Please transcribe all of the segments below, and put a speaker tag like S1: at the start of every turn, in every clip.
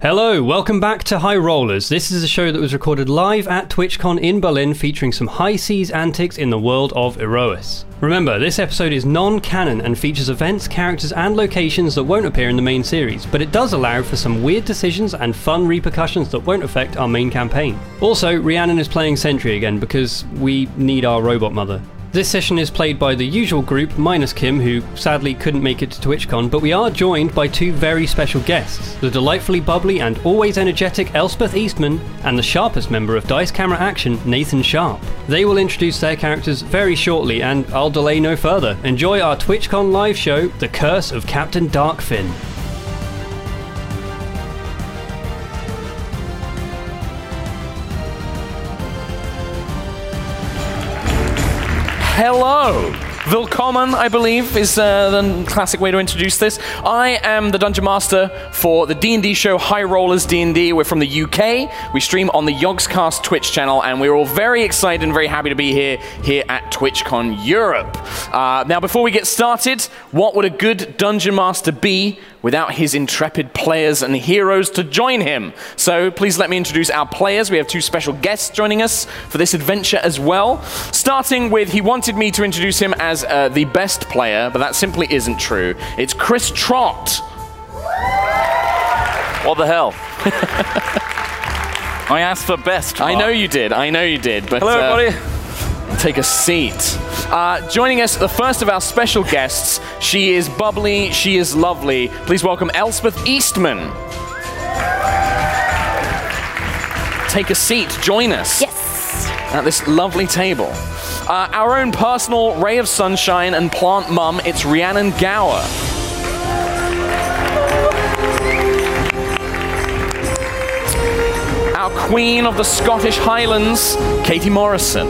S1: Hello, welcome back to High Rollers. This is a show that was recorded live at TwitchCon in Berlin featuring some high seas antics in the world of Erois. Remember, this episode is non canon and features events, characters, and locations that won't appear in the main series, but it does allow for some weird decisions and fun repercussions that won't affect our main campaign. Also, Rhiannon is playing Sentry again because we need our robot mother. This session is played by the usual group minus Kim, who sadly couldn't make it to TwitchCon, but we are joined by two very special guests the delightfully bubbly and always energetic Elspeth Eastman, and the sharpest member of Dice Camera Action, Nathan Sharp. They will introduce their characters very shortly, and I'll delay no further. Enjoy our TwitchCon live show, The Curse of Captain Darkfin.
S2: Hello! Vilcommon, I believe, is uh, the classic way to introduce this. I am the Dungeon Master for the D&D show High Rollers D&D. We're from the UK. We stream on the Yogscast Twitch channel, and we're all very excited and very happy to be here, here at TwitchCon Europe. Uh, now, before we get started, what would a good Dungeon Master be without his intrepid players and heroes to join him? So please let me introduce our players. We have two special guests joining us for this adventure as well. Starting with, he wanted me to introduce him as uh, the best player, but that simply isn't true. It's Chris Trott.
S3: What the hell? I asked for best.
S2: I know you did. I know you did. But
S3: Ah. Hello,
S2: uh,
S3: everybody.
S2: Take a seat. Uh, joining us, the first of our special guests. She is bubbly. She is lovely. Please welcome Elspeth Eastman. Take a seat. Join us
S4: Yes.
S2: at this lovely table. Uh, our own personal ray of sunshine and plant mum. It's Rhiannon Gower. Our queen of the Scottish Highlands, Katie Morrison.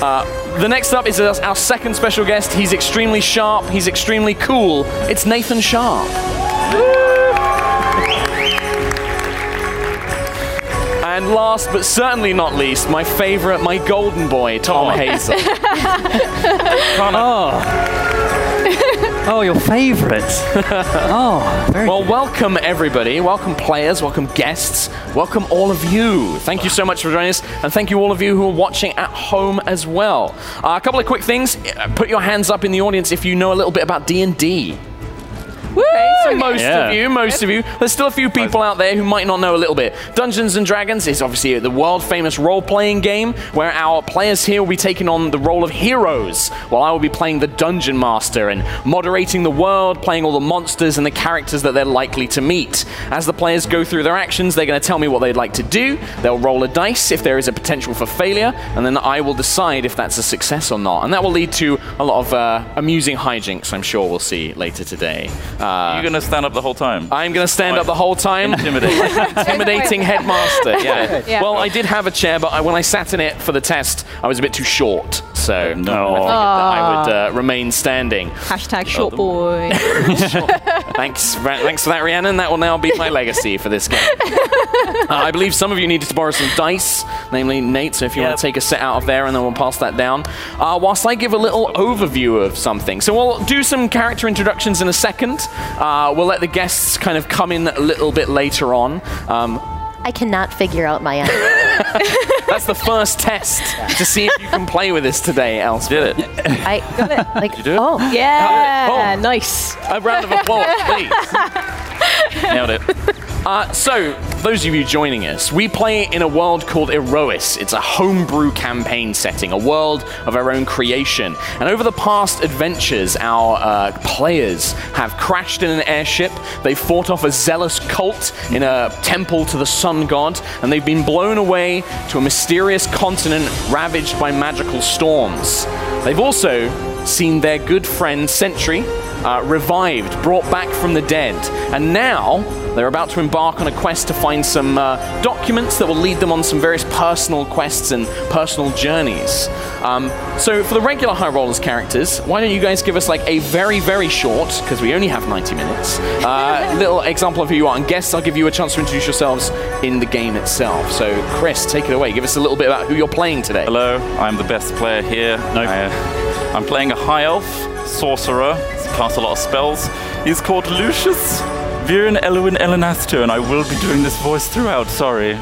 S2: The next up is us- our second special guest. He's extremely sharp. He's extremely cool. It's Nathan Sharp. And last but certainly not least, my favorite, my golden boy, Tom Hazel. Oh.
S1: Oh, your favourite! oh, very
S2: Well, welcome everybody. Welcome players. Welcome guests. Welcome all of you. Thank you so much for joining us, and thank you all of you who are watching at home as well. Uh, a couple of quick things. Uh, Put your hands up in the audience if you know a little bit about D and D. So most
S3: Yeah.
S2: of you, most of you. There's still a few people out there who might not know a little bit. Dungeons and Dragons is obviously the world famous role playing game where our players here will be taking on the role of heroes, while I will be playing the dungeon master and moderating the world, playing all the monsters and the characters that they're likely to meet. As the players go through their actions, they're going to tell me what they'd like to do. They'll roll a dice if there is a potential for failure, and then I will decide if that's a success or not. And that will lead to a lot of uh, amusing hijinks. I'm sure we'll see later today. Uh,
S3: You're gonna stand up the whole time.
S2: I'm going to stand
S3: Fine.
S2: up the whole time.
S3: Intimidating.
S2: Intimidating headmaster. Yeah.
S4: Yeah.
S2: Well, I did have a chair, but I, when I sat in it for the test, I was a bit too short. So
S3: Oh,
S2: I,
S3: No.
S2: figured that I would uh, remain standing.
S4: Hashtag short
S2: Oh,
S4: boy.
S2: Thanks, Ra- thanks for that, Rhiannon. That will now be my legacy for this game. Uh, I believe some of you needed to borrow some dice, namely Nate. So if you want
S3: Yep.
S2: to take a set out of there, and then we'll pass that down. Uh, whilst I give a little overview of something, so we'll do some character introductions in a second. Uh, we'll let the guests kind of come in a little bit later on. Um,
S5: I cannot figure out my own.
S2: That's the first test to see if you can play with this today, Else. Did it?
S5: I like
S3: do it?
S5: oh
S4: Yeah.
S2: Oh.
S4: Nice.
S2: A round of applause, please.
S3: Nailed it.
S2: Uh, so, those of you joining us, we play in a world called Erois. It's a homebrew campaign setting, a world of our own creation. And over the past adventures, our uh, players have crashed in an airship, they fought off a zealous cult in a temple to the sun god, and they've been blown away to a mysterious continent ravaged by magical storms. They've also seen their good friend Sentry uh, revived, brought back from the dead. And now they're about to embark on a quest to find some uh, documents that will lead them on some various personal quests and personal journeys. Um, so, for the regular High Rollers characters, why don't you guys give us like a very, very short, because we only have 90 minutes, uh, little example of who you are. And guests, I'll give you a chance to introduce yourselves in the game itself. So, Chris, take it away. Give us a little bit about who you're playing today.
S3: uh, Hello. I'm the best player here. No. I, am playing a high elf sorcerer cast a lot of spells. He's called Lucius Viren Elwin Elenaster, and I will be doing this voice throughout. Sorry.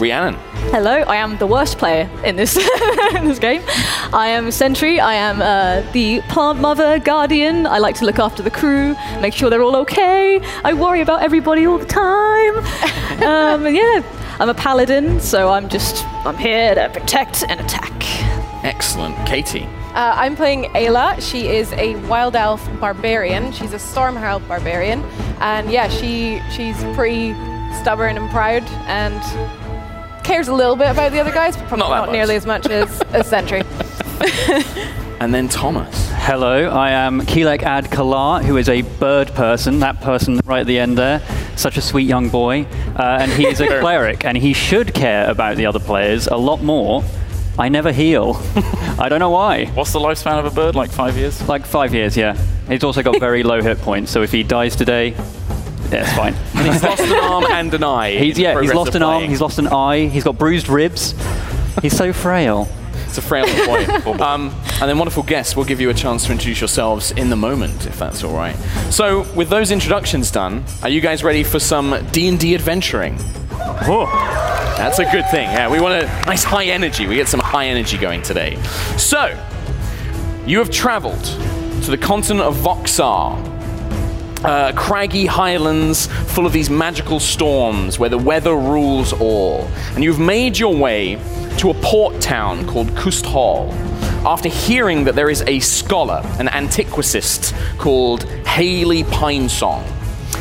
S2: Rhiannon.
S4: Hello, I am the worst player in this in this game. I am Sentry. I am uh, the plant mother, guardian. I like to look after the crew, make sure they're all okay. I worry about everybody all the time. um, yeah, I'm a paladin, so I'm just I'm here to protect and attack.
S2: Excellent. Katie.
S6: Uh, I'm playing Ayla. She is a wild elf barbarian. She's a storm herald barbarian, and yeah, she she's pretty stubborn and proud, and cares a little bit about the other guys, but probably
S2: Not that
S6: not,
S2: much.
S6: nearly as much as as Sentry.
S2: And then Thomas.
S1: Hello, I am Keelek Ad Kalar, who is a bird person, that person right at the end there. Such a sweet young boy. Uh, and he is a cleric, and he should care about the other players a lot more. I never heal. I don't know why.
S3: What's the lifespan of a bird? Like five years?
S1: Like five years, yeah. He's also got very low hit points, so if he dies today, yeah, it's fine.
S2: He's lost an arm and an eye.
S1: He's,
S2: in
S1: yeah, he's
S2: progress
S1: lost
S2: of
S1: an arm,
S2: playing.
S1: he's lost an eye, he's got bruised ribs. He's so frail.
S2: It's a frail point. um, and then, wonderful guests, we'll give you a chance to introduce yourselves in the moment, if that's all right. So, with those introductions done, are you guys ready for some D and D adventuring? That's a good thing. Yeah, we want a nice high energy. We get some high energy going today. So, you have travelled to the continent of Voxar, uh, craggy highlands full of these magical storms where the weather rules all. And you've made your way to a port town called Kust Hall after hearing that there is a scholar, an antiquist called Haley Pinesong.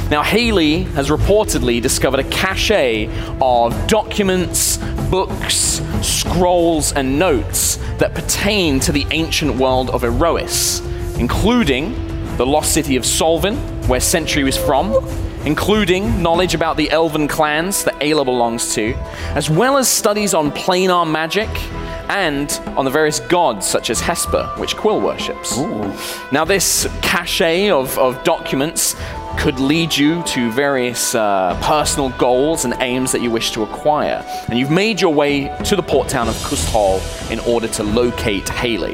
S2: Now, Haley has reportedly discovered a cache of documents, books, scrolls, and notes that pertain to the ancient world of Erois, including the lost city of Solvin, where Sentry was from, including knowledge about the elven clans that Ayla belongs to, as well as studies on planar magic and on the various gods such as Hesper, which Quill worships. Now, this cache of, of documents could lead you to various uh, personal goals and aims that you wish to acquire. And you've made your way to the port town of Kusthal in order to locate Haley.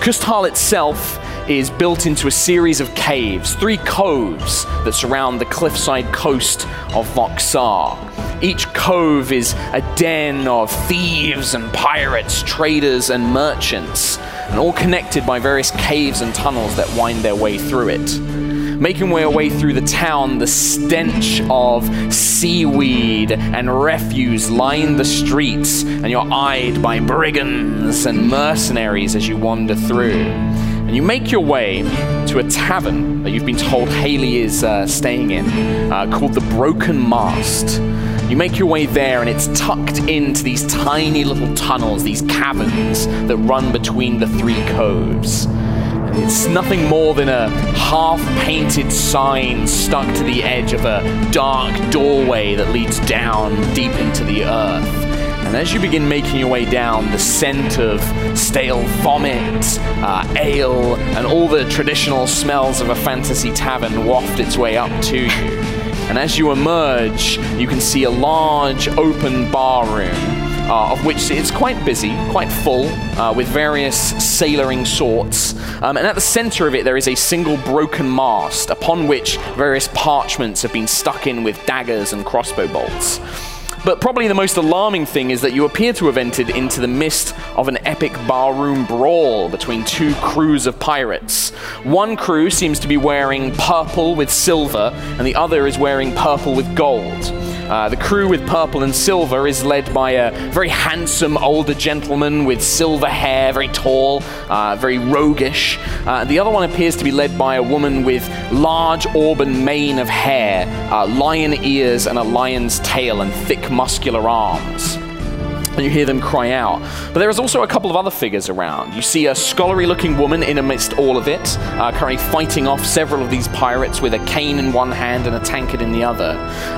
S2: Kustal itself is built into a series of caves, three coves that surround the cliffside coast of Voxar. Each cove is a den of thieves and pirates, traders and merchants, and all connected by various caves and tunnels that wind their way through it. Making our way through the town, the stench of seaweed and refuse lined the streets, and you're eyed by brigands and mercenaries as you wander through. And you make your way to a tavern that you've been told Haley is uh, staying in, uh, called the Broken Mast. You make your way there, and it's tucked into these tiny little tunnels, these caverns that run between the three coves. And It's nothing more than a half painted sign stuck to the edge of a dark doorway that leads down deep into the earth. And as you begin making your way down, the scent of stale vomit, uh, ale, and all the traditional smells of a fantasy tavern waft its way up to you. And as you emerge, you can see a large open bar room, uh, of which it's quite busy, quite full, uh, with various sailoring sorts. Um, and at the center of it, there is a single broken mast, upon which various parchments have been stuck in with daggers and crossbow bolts. But probably the most alarming thing is that you appear to have entered into the midst of an epic barroom brawl between two crews of pirates. One crew seems to be wearing purple with silver, and the other is wearing purple with gold. Uh, the crew with purple and silver is led by a very handsome older gentleman with silver hair, very tall, uh, very roguish. Uh, the other one appears to be led by a woman with large auburn mane of hair, uh, lion ears, and a lion's tail, and thick muscular arms and you hear them cry out. But there is also a couple of other figures around. You see a scholarly looking woman in amidst all of it, uh, currently fighting off several of these pirates with a cane in one hand and a tankard in the other.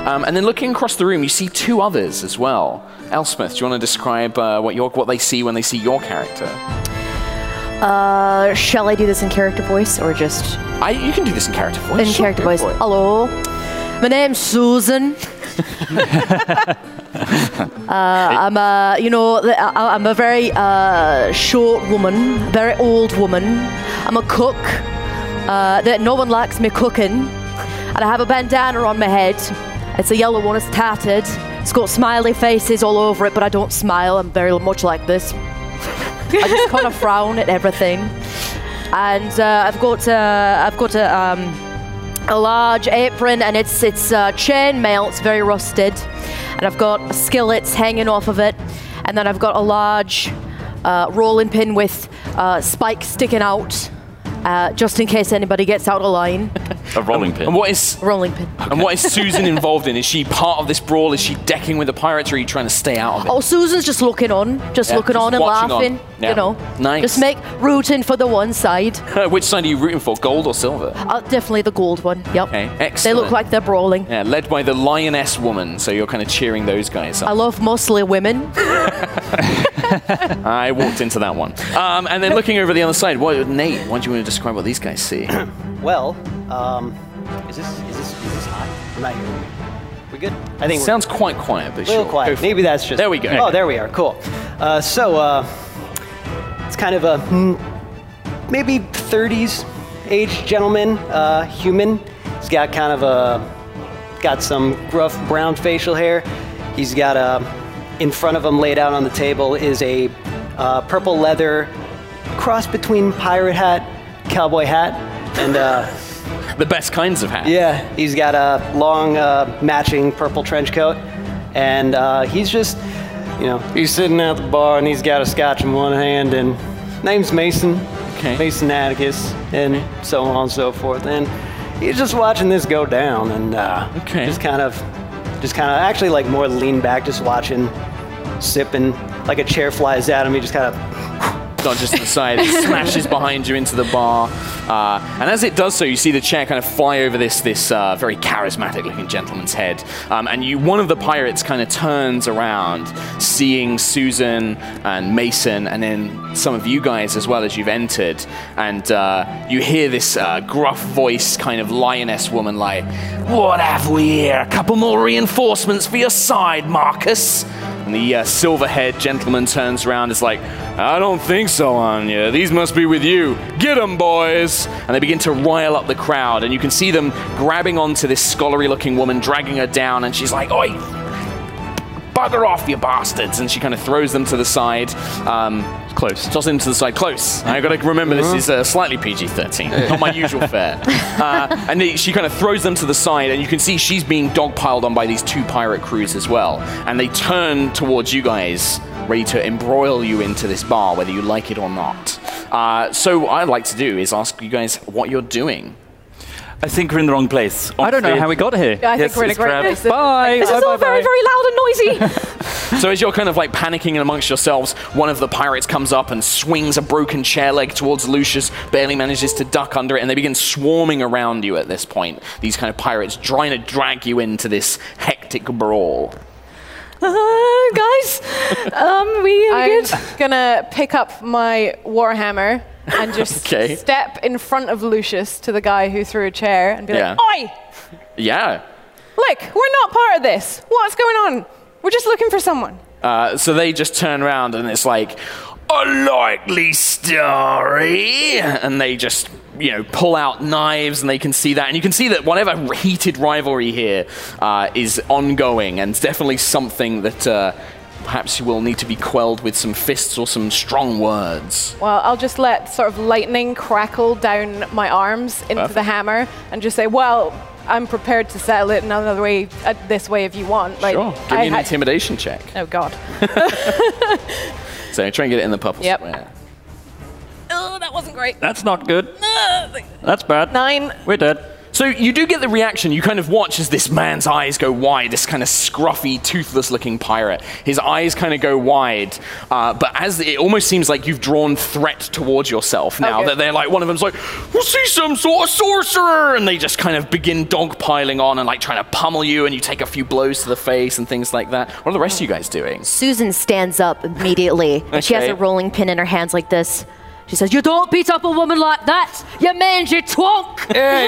S2: Um, and then looking across the room, you see two others as well. Elspeth, do you want to describe uh, what, your, what they see when they see your character?
S5: Uh, shall I do this in character voice or just
S2: I, you can do this in character voice.
S5: in
S2: Sure,
S5: character
S2: go
S5: voice?
S2: for it.
S5: Hello, my name's Susan. Uh, I'm a, you know, th- I- I'm a very uh, short woman, very old woman. I'm a cook. Uh, that no one likes me cooking, and I have a bandana on my head. It's a yellow one. It's tattered. It's got smiley faces all over it, but I don't smile. I'm very much like this. I just kind of frown at everything. And uh, I've got uh, I've got a. Um, a large apron and it's it's uh, chain mail. It's very rusted, and I've got skillets hanging off of it, and then I've got a large uh, rolling pin with uh, spikes sticking out, uh, just in case anybody gets out of line.
S3: A rolling pin.
S2: And what is
S5: Rolling pin.
S2: and what is Susan involved in? Is she part of this brawl? Is she decking with the pirates, or are you trying to stay out of it?
S5: Oh, Susan's just looking on, just
S2: Yeah,
S5: looking
S2: just
S5: on and
S2: watching on.
S5: laughing.
S2: Yeah.
S5: You know,
S2: Nice.
S5: Just make rooting for the one side.
S2: Which side are you rooting for, gold or silver?
S5: Uh, definitely the gold one. Yep.
S2: Okay,
S5: They
S2: excellent.
S5: look like they're brawling.
S2: Yeah, led by the lioness woman. So you're kind of cheering those guys
S5: I
S2: up.
S5: love mostly women.
S2: I walked into that one. Um, and then looking over the other side, what, Nate? Why do you want to describe what these guys see?
S7: Well, um, is this is this is this hot? I'm not hearing. We good? I
S2: It
S7: think
S2: sounds quite quiet, but
S7: we're a little
S2: sure. Go
S7: quiet.
S2: for it.
S7: Maybe that's just.
S2: There we go.
S7: Oh, there we are. Cool. Uh, so uh, it's kind of a mm, maybe 30s age gentleman, uh, human. He's got kind of a got some rough brown facial hair. He's got a in front of him laid out on the table is a uh, purple leather cross between pirate hat, cowboy hat, and. Uh,
S2: The best kinds of hats.
S7: Yeah, he's got a long uh, matching purple trench coat, and uh, he's just, you know, he's sitting at the bar and he's got a scotch in one hand, and name's Mason,
S2: Okay.
S7: Mason Atticus, and so on and so forth, and he's just watching this go down, and uh,
S2: Okay.
S7: just kind of, just kind of actually like more lean back, just watching, sipping, like a chair flies at him, he just kind of
S2: dodges to the side, smashes behind you into the bar, uh, and as it does so, you see the chair kind of fly over this this uh, very charismatic-looking gentleman's head, um, and you one of the pirates kind of turns around, seeing Susan and Mason, and then some of you guys as well as you've entered, and uh, you hear this uh, gruff voice, kind of lioness woman, like, "What have we here? A couple more reinforcements for your side, Marcus." And the uh, silver-haired gentleman turns around, and is like, "I don't think so, Anya. These must be with you. Get 'em, boys!" And they begin to rile up the crowd, and you can see them grabbing onto this scholarly-looking woman, dragging her down, and she's like, "Oi, bugger off, you bastards!" And she kind of throws them to the side. Um,
S1: Close.
S2: Toss them to the side, close. I gotta remember this is uh, slightly PG 13, not my usual fare. Uh, and they- she kind of throws them to the side, and you can see she's being dogpiled on by these two pirate crews as well. And they turn towards you guys, ready to embroil you into this bar, whether you like it or not. Uh, so, what I'd like to do is ask you guys what you're doing.
S3: I think we're in the wrong place.
S1: I don't know
S3: Honestly.
S1: how we got here.
S6: I think
S3: Yes,
S6: we're in a
S3: it's
S6: great
S3: crap.
S6: place.
S1: Bye.
S6: This
S1: bye,
S6: is
S1: bye,
S6: all very,
S1: bye.
S6: very loud and noisy.
S2: So as you're kind of like panicking amongst yourselves, one of the pirates comes up and swings a broken chair leg towards Lucius, barely manages to duck under it, and they begin swarming around you at this point. These kind of pirates trying to drag you into this hectic brawl.
S4: Uh, guys, um, we are
S6: I'm
S4: good.
S6: gonna pick up my warhammer and just
S2: Okay.
S6: step in front of Lucius to the guy who threw a chair and be like,
S2: Yeah.
S6: "Oi,
S2: Yeah.
S6: look, we're not part of this. What's going on? We're just looking for someone."
S2: Uh, so they just turn around and it's like, a likely story. And they just, you know, pull out knives and they can see that. And you can see that whatever heated rivalry here uh, is ongoing and it's definitely something that uh, perhaps you will need to be quelled with some fists or some strong words.
S6: Well, I'll just let sort of lightning crackle down my arms into the
S2: Perfect.
S6: hammer and just say, "Well, I'm prepared to settle it another way, uh, this way if you want." Like,
S2: sure. Give
S6: I
S2: me an
S6: had-
S2: intimidation check.
S6: Oh God.
S2: So try and get it in the purple
S6: Yep.
S2: square.
S6: Oh, that wasn't great.
S1: That's not good. That's bad.
S6: Nine.
S1: We're dead.
S2: So you do get the reaction. You kind of watch as this man's eyes go wide, this kind of scruffy, toothless looking pirate. His eyes kind of go wide, uh, but as it almost seems like you've drawn threat towards yourself now
S6: Okay.
S2: that they're like, one of them's like, we'll see some sort of sorcerer, and they just kind of begin dogpiling on and like trying to pummel you, and you take a few blows to the face and things like that. What are the rest of you guys doing?
S5: Susan stands up immediately. and She has
S2: Okay.
S5: a rolling pin in her hands like this. She says, You don't beat up a woman like that, you mangy twonk!
S7: Yeah,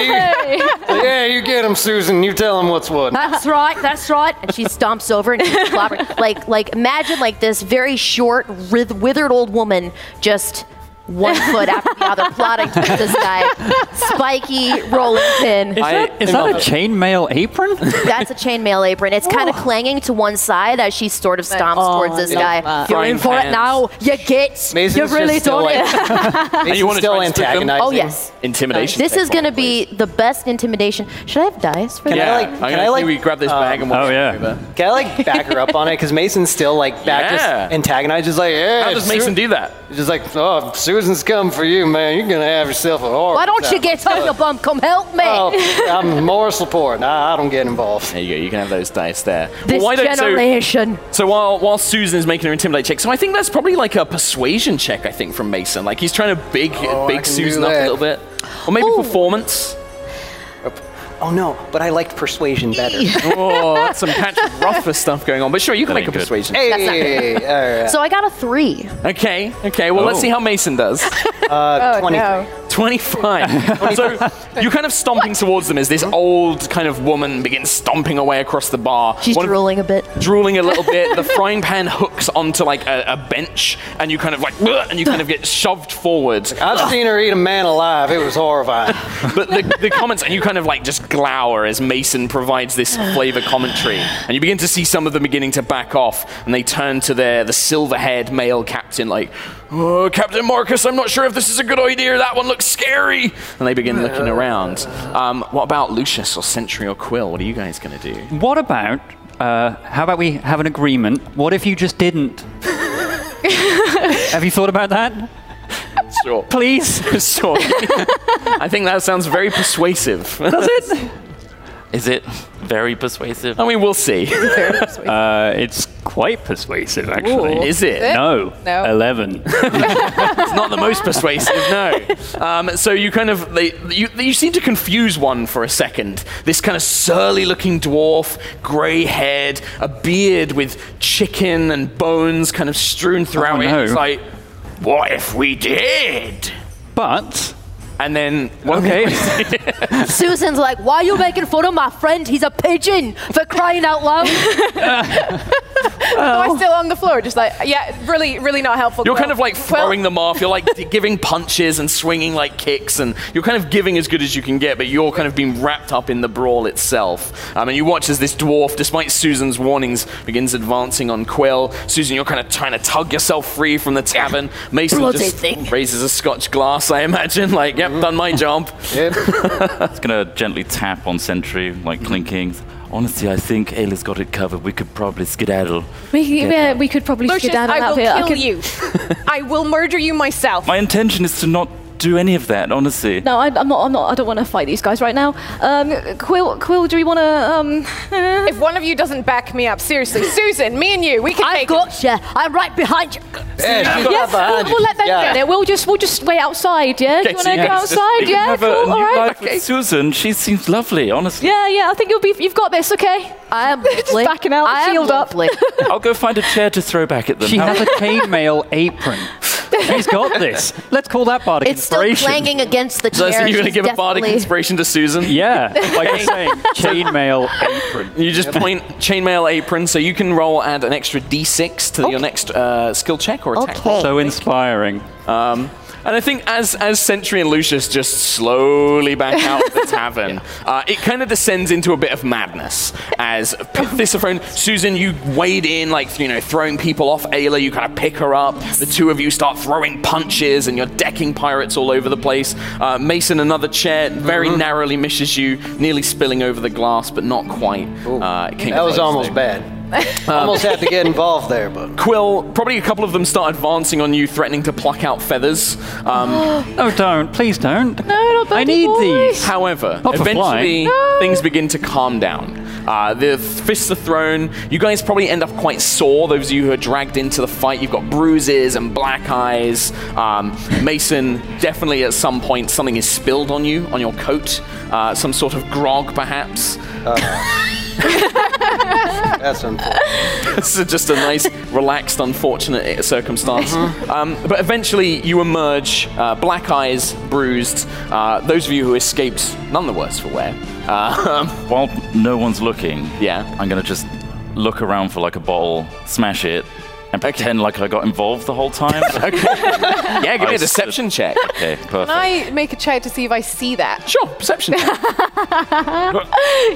S7: you, yeah, you get him, Susan. You tell him what's what.
S5: That's right. That's right. And she stomps over and keeps clobbering. Like, like imagine like this very short, writh- withered old woman just one foot after the other, plotting to hit this guy. Spiky rolling pin.
S1: Is that, is that a chainmail apron?
S5: That's a chainmail apron. It's kind of clanging to one side as she sort of stomps towards this guy. You're
S2: Frying
S5: in for it
S2: pans.
S5: now. You get.
S7: Mason's
S5: you really
S7: just still
S5: don't.
S7: like,
S2: And you
S7: Mason's
S2: wanna
S7: still
S2: try and spook him?
S7: antagonizing.
S5: oh yes.
S2: Intimidation.
S5: This
S2: check
S5: is
S2: for me,
S5: going to be
S2: please.
S5: the best intimidation. Should I have dice for
S7: Can
S5: that?
S2: Yeah.
S7: like-
S2: I'm
S7: can
S2: gonna
S7: I, like,
S2: we grab this bag and we'll
S1: Oh, yeah.
S2: over.
S7: Can I like back her up on it? Because Mason's still like back,
S2: Yeah.
S7: just antagonized. Just like, yeah.
S2: How does
S7: Su-
S2: Mason do that?
S7: Just like, oh, Susan's come for you, man. You're gonna have yourself a horrible.
S5: Why don't you
S7: time."
S5: get on your bum? Come help me.
S7: Oh, I'm moral support. Nah, I don't get involved.
S2: There you go. You can have those dice there.
S5: this
S2: why don't- so-
S5: generation.
S2: So while while Susan's making her intimidate check, so I think that's probably like a persuasion check. I think from Mason, like he's trying to big
S7: Oh, I
S2: big
S7: can
S2: Susan
S7: do
S2: up a
S7: that.
S2: little bit, or maybe
S5: Ooh.
S2: performance.
S7: Oh no, but I liked persuasion better.
S2: Oh, that's some Patrick Rothfuss stuff going on. But sure, you can
S1: That
S2: make a
S1: ain't good.
S2: persuasion.
S7: hey, uh, all right.
S5: So I got a three.
S2: Okay, okay. Well, let's
S1: Oh.
S2: see how Mason does.
S6: Oh,
S7: 23.
S6: no.
S2: 25. so you're kind of stomping towards them as this old kind of woman begins stomping away across the bar.
S5: She's
S2: One of-
S5: drooling a bit.
S2: drooling a little bit. The frying pan hooks onto like a, a bench, and you kind of like, "Ugh," and you kind of get shoved forward.
S5: Oh.
S7: I've seen her eat a man alive. It was horrifying.
S2: But the, the comments, and you kind of like just glower as Mason provides this flavor commentary, and you begin to see some of them beginning to back off, and they turn to their the silver-haired male captain, like, oh, Captain Marcus, I'm not sure if this is a good idea. That one looks scary, and they begin looking around. Um, what about Lucius or Sentry or Quill? What are you guys gonna do?
S1: What about? Uh, how about we have an agreement? What if you just didn't? have you thought about that?
S2: Sure,
S1: Please.
S2: sure. I think that sounds very persuasive.
S1: Does it?
S3: Is it very persuasive?
S2: I mean, we'll see.
S1: Uh, it's quite persuasive, actually.
S2: Is it?
S1: No.
S6: No.
S1: Eleven.
S2: It's not the most persuasive, no. Um, so you kind of they, you, you seem to confuse one for a second. This kind of surly-looking dwarf, grey-haired, a beard with chicken and bones kind of strewn throughout
S1: Oh,
S2: it.
S1: no.
S2: It's like, what if we did?
S1: but
S2: And then one of
S1: okay.
S5: Susan's like, why are you making fun of my friend? He's a pigeon for crying out loud.
S6: Am I Oh, still on the floor? Just like, yeah, really, really not helpful.
S2: You're
S6: Quill.
S2: kind of like
S6: Quill-
S2: throwing them off. You're like d- giving punches and swinging like kicks, and you're kind of giving as good as you can get. But you're kind of being wrapped up in the brawl itself. Um, and you watch as this dwarf, despite Susan's warnings, begins advancing on Quill. Susan, you're kind of trying to tug yourself free from the tavern. Mason
S5: Bloody
S2: just
S5: thing.
S2: raises a Scotch glass, I imagine. Like, yep, done my job.
S7: Yep.
S3: It's gonna gently tap on Sentry, like clinking. Honestly, I think Ayla's got it covered. We could probably skedaddle.
S4: We,
S3: Get
S4: we,
S3: that.
S4: we could probably
S6: Lucius,
S4: skedaddle
S6: I
S4: out
S6: will
S4: here.
S6: kill
S4: I could-
S6: you. I will murder you myself.
S3: My intention is to not do any of that, honestly.
S4: No, I, I'm not. I'm not. I don't want to fight these guys right now. Um, Quill, Quill, do we want to? Um, eh?
S6: if one of you doesn't back me up, seriously, Susan, me and you, we can
S5: I've
S6: take
S5: got you. I'm right behind you.
S7: Yeah, she's
S4: yes,
S7: behind
S4: we'll,
S7: you.
S4: we'll let them
S7: Yeah.
S4: get it. We'll just, we'll just wait outside. Yeah, do
S2: Okay,
S4: you
S2: so
S4: want to
S2: you
S4: go
S2: guys just-
S4: outside?
S3: You can
S4: Yeah,
S3: have
S4: cool.
S3: a, a new
S4: All right.
S3: life with Susan. She seems lovely, honestly.
S4: Yeah, yeah. I think you'll be. You've got this. Okay.
S5: I am lovely.
S4: backing out,
S5: I am
S4: shield up.
S5: lovely.
S3: I'll go find a chair to throw back at them.
S1: she
S3: How-
S1: has a chainmail apron. She's got this. Let's call that bardic
S5: It's still
S1: inspiration.
S5: clanging against the
S2: So
S5: chair.
S2: I think you're going to
S5: She's
S2: give a bardic
S5: definitely-
S2: inspiration to Susan.
S1: Yeah, like I'm saying, chainmail apron.
S2: You just point chainmail apron, so you can roll add an extra d6 to your next uh, skill check or attack.
S5: Okay.
S1: So inspiring.
S2: Um, and I think as as Sentry and Lucius just slowly back out of the tavern, uh, it kind of descends into a bit of madness. As Pithisophone, Susan, you wade in like you know throwing people off. Ayla, you kind of pick her up. The two of you start throwing punches, and you're decking pirates all over the place. Uh, Mason, another chair, very
S7: Mm-hmm.
S2: narrowly misses you, nearly spilling over the glass, but not quite. Uh, it came
S7: That was
S2: close,
S7: almost
S2: though.
S7: bad. almost had to get involved there, but
S2: Quill, probably a couple of them start advancing on you, threatening to pluck out feathers. Um,
S1: No, don't. Please don't. No,
S4: not
S1: I
S4: Bardic
S1: need
S4: boy.
S1: these.
S2: However,
S1: Not for
S2: eventually
S1: flying.
S2: things begin to calm down. Uh, the fists are thrown. You guys probably end up quite sore. Those of you who are dragged into the fight, you've got bruises and black eyes. Um, Mason, definitely at some point, something is spilled on you on your coat. Uh, some sort of grog, perhaps.
S7: That's unfortunate.
S2: this is just a nice, relaxed, unfortunate circumstance.
S1: Uh-huh.
S2: Um, but eventually, you emerge, uh, black eyes, bruised. Uh, those of you who escaped, none the worse for wear. Uh,
S3: While no one's looking,
S2: Yeah.
S3: I'm gonna just look around for like a bottle, smash it, and pretend like I got involved the whole time.
S2: yeah, give me a
S3: Nice.
S2: deception check.
S3: okay, perfect.
S6: Can I make a check to see if I see that?
S2: Sure, perception check.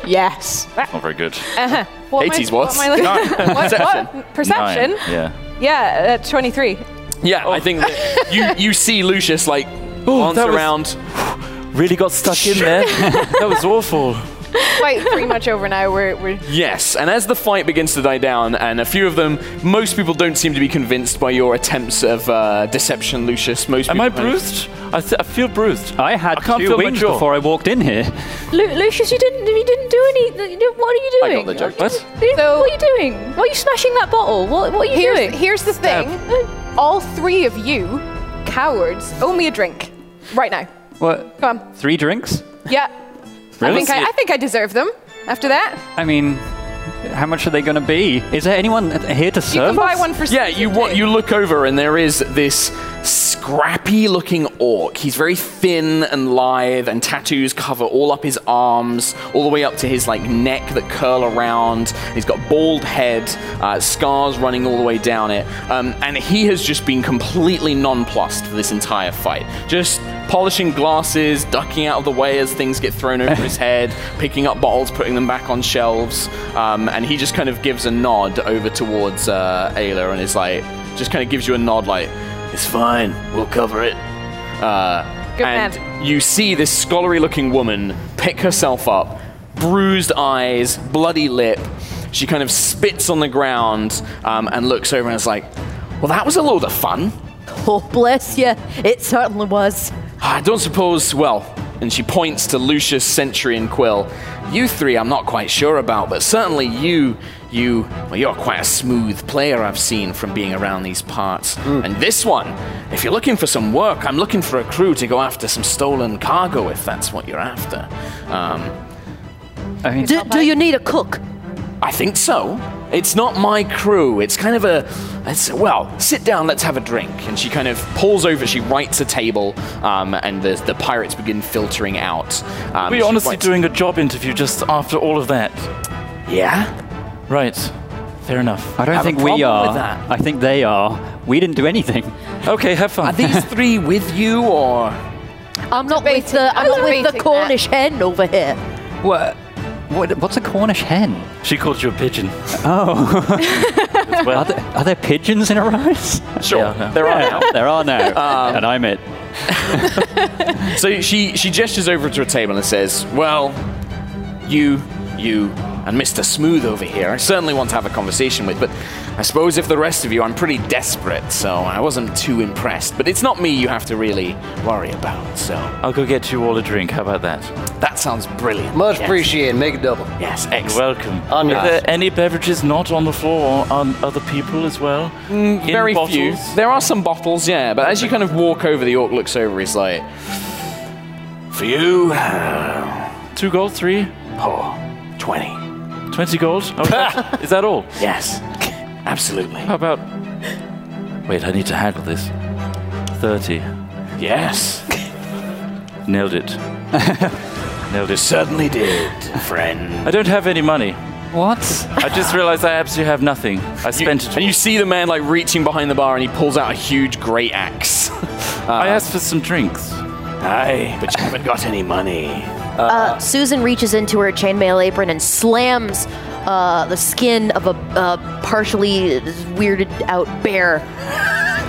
S4: Yes.
S3: Not very good.
S6: What am I-
S2: 80s was.
S6: what am I looking- what- what? Perception?
S3: Nine, Yeah.
S6: Yeah, uh, 23.
S2: Yeah, I think that you, you see Lucius like glance
S3: that was-
S2: around.
S3: Really got stuck in there. that was awful.
S6: Quite pretty much over now. We're, we're
S2: Yes, and as the fight begins to die down, and a few of them, most people don't seem to be convinced by your attempts of uh, deception, Lucius. Most
S3: Am
S2: people
S3: I bruised? I, th- I feel bruised.
S1: I had
S3: I can't
S1: two
S3: feel my
S1: wings
S3: jaw.
S1: before I walked in here.
S4: Lu- Lucius, you didn't. You didn't do any. you didn't- What are you
S2: I
S4: doing?
S2: got the joke.
S3: What?
S4: You-
S6: So-
S4: what are you doing? Why are you smashing that bottle? What, what are you
S6: here's,
S4: doing?
S6: here's the thing. All three of you, cowards, owe me a drink. Right now.
S1: What?
S6: Come on.
S1: Three drinks?
S6: Yeah. I think I, I think I deserve them. After that,
S1: I mean, how much are they going to be? Is there anyone here to
S6: you
S1: serve
S6: can buy
S1: us?
S6: one for
S2: Yeah,
S6: Susan
S2: you wa-
S6: too.
S2: you look over and there is this scrappy looking orc. He's very thin and lithe and tattoos cover all up his arms, all the way up to his like neck that curl around. He's got bald head, uh, scars running all the way down it. Um, and he has just been completely nonplussed for this entire fight. Just polishing glasses, ducking out of the way as things get thrown over his head, picking up bottles, putting them back on shelves, um, and he just kind of gives a nod over towards uh, Ayla and is like, just kind of gives you a nod like, it's fine, we'll cover it. Uh,
S6: Good
S2: and
S6: man.
S2: you see this scholarly-looking woman pick herself up, bruised eyes, bloody lip. She kind of spits on the ground um, and looks over and is like, well, that was a load of fun.
S5: Oh, bless you. It certainly was.
S2: Ah, I don't suppose, well, and she points to Lucius, Sentry, and Quill. You three, I'm not quite sure about, but certainly you, you, well, you're quite a smooth player I've seen from being around these parts. And this one, if you're looking for some work, I'm looking for a crew to go after some stolen cargo if that's what you're after. Um,
S1: I mean,
S5: Do, do you need a cook?
S2: I think so. It's not my crew. It's kind of a, it's, well, sit down, let's have a drink. And she kind of pulls over, she writes a table, um, and the, the pirates begin filtering out. Um,
S3: We're
S2: she
S3: honestly
S2: writes-
S3: doing a job interview just after all of that.
S2: Yeah?
S3: Right. Fair enough.
S1: I don't
S2: have a
S1: think we
S2: problem
S1: are.
S2: with that.
S1: I think they are. We didn't do anything.
S3: Okay, have fun.
S2: Are these three with you or.
S5: I'm not with
S6: Debating-
S5: the I'm
S6: I'm
S5: not with the
S6: debating that.
S5: Cornish hen over here.
S1: What? what what's a Cornish hen?
S3: she called you a pigeon.
S2: Oh.
S1: Are there, are there pigeons in a rice?
S2: Sure,
S3: yeah.
S2: there are now.
S1: there are now. and I'm it.
S2: So she, she gestures over to a table and says, Well, you, you, and Mr. Smooth over here, I certainly want to have a conversation with, but I suppose if the rest of you, I'm pretty desperate, so I wasn't too impressed. But it's not me you have to really worry about, so
S3: I'll go get you all a drink. How about that?
S2: that sounds brilliant.
S7: Much
S2: Yes.
S7: appreciated. Make it double.
S2: Yes,
S3: You're
S2: excellent.
S3: welcome.
S7: On
S3: Are
S7: your-
S3: there any beverages not on the floor or on other people as well? In
S2: Mm, Very few.
S3: bottles?
S2: There are some bottles, yeah, but as you kind of walk over, the orc looks over, he's like, For you, uh,
S3: Two gold, three,
S2: oh, 20.
S3: twenty gold. Okay. Is that all?
S2: Yes, absolutely.
S3: How about? Wait, I need to handle this. Thirty.
S2: Yes,
S3: Nailed it. Nailed it.
S2: certainly did, friend.
S3: I don't have any money.
S1: What?
S3: I just realized I absolutely have nothing. I spent it.
S2: and you see the man like reaching behind the bar, and he pulls out a huge great axe. Ah.
S3: I asked for some drinks.
S2: Aye, but you haven't got any money.
S8: Susan reaches into her chainmail apron and slams uh, the skin of a uh, partially weirded out bear,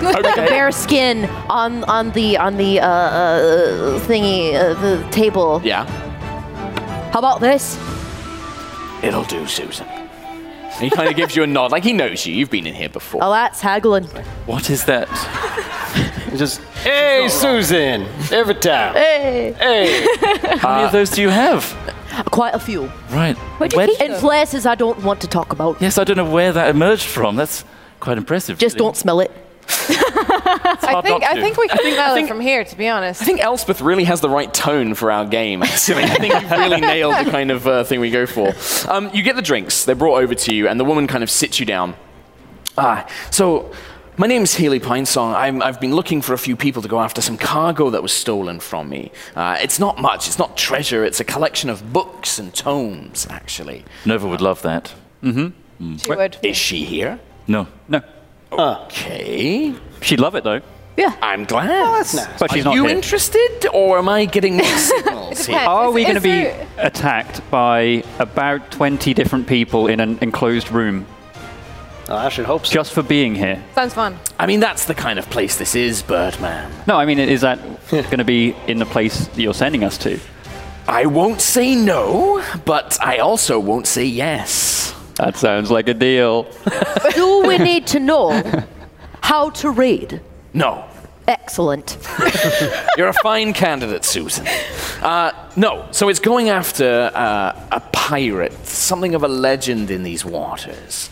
S8: like a bear skin, on on the on the uh, uh, thingy, uh, the table.
S2: Yeah,
S5: How about this?
S2: it'll do, Susan. And he kind of gives you a nod, like he knows you. You've been in here before.
S5: Oh, that's haggling.
S3: What is that?
S1: Just
S7: Hey, Susan. Every time.
S5: Hey,
S7: Hey.
S3: How
S2: Ah.
S3: many of those do you have?
S5: quite a few.
S3: Right.
S4: Where'd you
S3: Where-
S4: keep
S5: In places I don't want to talk about.
S3: Yes, I don't know where that emerged from. That's quite impressive.
S5: Just
S3: really.
S5: don't smell it.
S6: I think
S3: not
S6: I
S3: to.
S6: think we can smell
S2: think-
S6: it from here, to be honest.
S2: I think Elspeth really has the right tone for our game. actually. I think you've really nailed the kind of uh, thing we go for. Um, you get the drinks, they're brought over to you, and the woman kind of sits you down. Ah, so my name's Healy Pinesong. I'm, I've been looking for a few people to go after some cargo that was stolen from me. Uh, it's not much, it's not treasure, it's a collection of books and tomes, actually.
S3: Nova would love that.
S6: she would.
S2: Is she here?
S3: No.
S1: No,
S2: Okay.
S1: she'd love it though.
S2: I'm glad. Oh, that's
S7: nice.
S1: But she's
S2: Are
S1: not
S2: you
S1: here.
S2: interested, or am I getting mixed signals here?
S1: Are
S6: Is-
S1: we
S6: is
S1: going to be
S6: there-
S1: attacked by about 20 different people in an enclosed room
S7: Oh, I should hope so.
S1: just for being here?
S6: Sounds fun.
S2: I mean, that's the kind of place this is, Birdman.
S1: No, I mean, is that going to be in the place that you're sending us to?
S2: I won't say no, but I also won't say yes.
S1: That sounds like a deal.
S5: Do we need to know how to read?
S2: No.
S5: Excellent.
S2: You're a fine candidate, Susan. Uh, no, so it's going after uh, a pirate, something of a legend in these waters.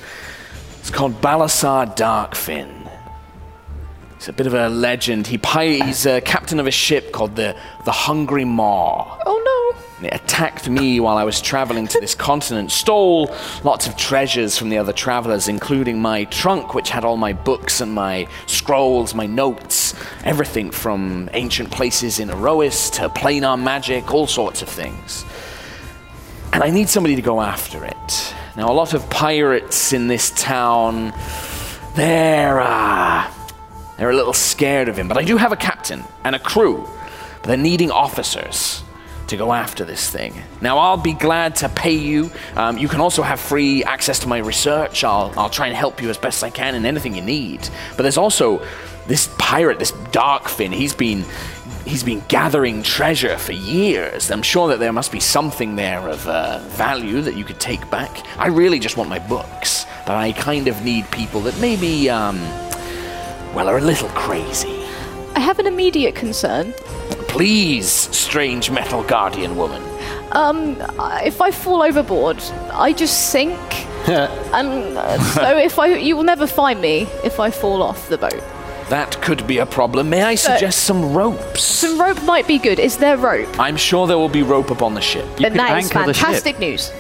S2: It's called Balasar Darkfin. He's a bit of a legend. He pi- he's uh, captain of a ship called the, the Hungry Maw.
S6: Oh no.
S2: And It attacked me while I was traveling to this continent, stole lots of treasures from the other travelers, including my trunk, which had all my books and my scrolls, my notes, everything from ancient places in Erois to planar magic, all sorts of things. And I need somebody to go after it. Now, a lot of pirates in this town, they're, uh, they're a little scared of him, but I do have a captain and a crew. But they're needing officers to go after this thing. Now, I'll be glad to pay you. Um, you can also have free access to my research. I'll, I'll try and help you as best I can in anything you need. But there's also this pirate, this Darkfin. He's been he's been gathering treasure for years. I'm sure that there must be something there of uh, value that you could take back. I really just want my books, but I kind of need people that maybe. Um, well, are a little crazy.
S4: I have an immediate concern.
S2: Please, strange metal guardian woman.
S4: Um, I- if I fall overboard, I just sink. and uh, so if I, you will never find me if I fall off the boat.
S2: That could be a problem. May I suggest some ropes?
S4: Some rope might be good. Is there rope?
S2: I'm sure there will be rope upon the ship.
S1: You
S4: Then
S1: could
S4: that is
S1: anchor the ship.
S4: fantastic news.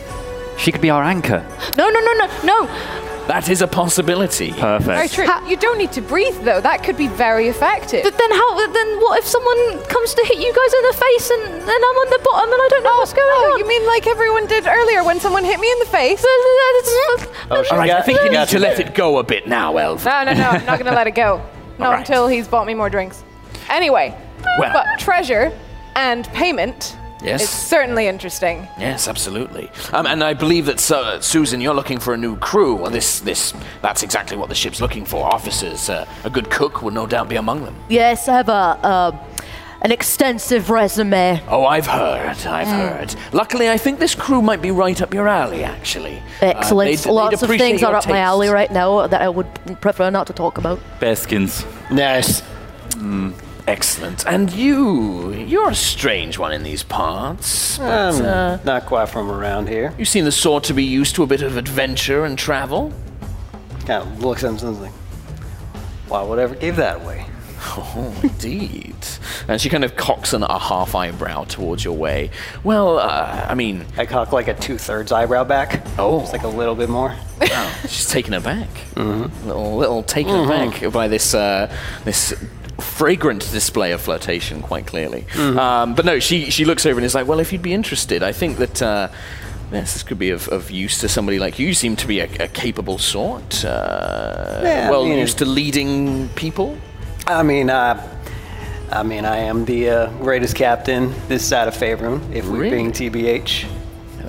S1: She could be our anchor.
S4: No, no, no, no, no.
S2: That is a possibility.
S6: Very
S1: Perfect.
S6: true. you don't need to breathe though. That could be very effective.
S4: But then how? Then what if someone comes to hit you guys in the face and then I'm on the bottom and I don't know what's going
S6: oh,
S4: on?
S6: you mean like everyone did earlier when someone hit me in the face? Hmm?
S7: Oh, she
S2: All right, I
S7: got-
S2: think
S7: she
S2: you need
S7: got
S2: to let it go a bit now, Elf.
S6: No, no, no. I'm not gonna let it go. Not
S2: Alright.
S6: until he's bought me more drinks. Anyway,
S2: Well.
S6: but treasure and payment
S2: Yes.
S6: is certainly interesting.
S2: Yes, absolutely. Um, and I believe that Su- Susan, you're looking for a new crew. Well, this, this, that's exactly what the ship's looking for. Officers, uh, a good cook will no doubt be among them.
S5: Yes, I have a, uh, an extensive resume.
S2: Oh, I've heard.
S5: Mm.
S2: I've heard. Luckily, I think this crew might be right up your alley, actually.
S5: Excellent.
S2: Uh, they'd-
S5: Lots
S2: they'd
S5: of
S2: appreciate
S5: things are
S2: your
S5: up my
S2: taste.
S5: alley right now that I would prefer not to talk about.
S3: Baskins.
S7: Nice.
S2: Excellent. And you, you're a strange one in these parts.
S7: Um, not quite from around here.
S2: You seem the sort to be used to a bit of adventure and travel.
S7: Kind of looks at him and is like, why would I ever give that away?
S2: Oh, indeed. And she kind of cocks an, a half eyebrow towards your way. Well, uh, I mean,
S7: I cock like a two thirds eyebrow back.
S2: Oh.
S7: Just like a little bit more.
S2: she's taken aback. Mm-hmm. Little, little taken aback by this, uh, this fragrant display of flirtation, quite clearly. Um, but no, she, she looks over and is like, well, if you'd be interested, I think that. Uh, Yes, this could be of, of use to somebody like you. You seem to be a, a capable sort, uh,
S7: Yeah, I
S2: well
S7: mean-
S2: used to leading people.
S7: I mean, uh, I mean, I am the uh, greatest captain this side of Faerun, if we're
S2: Really?
S7: being TBH.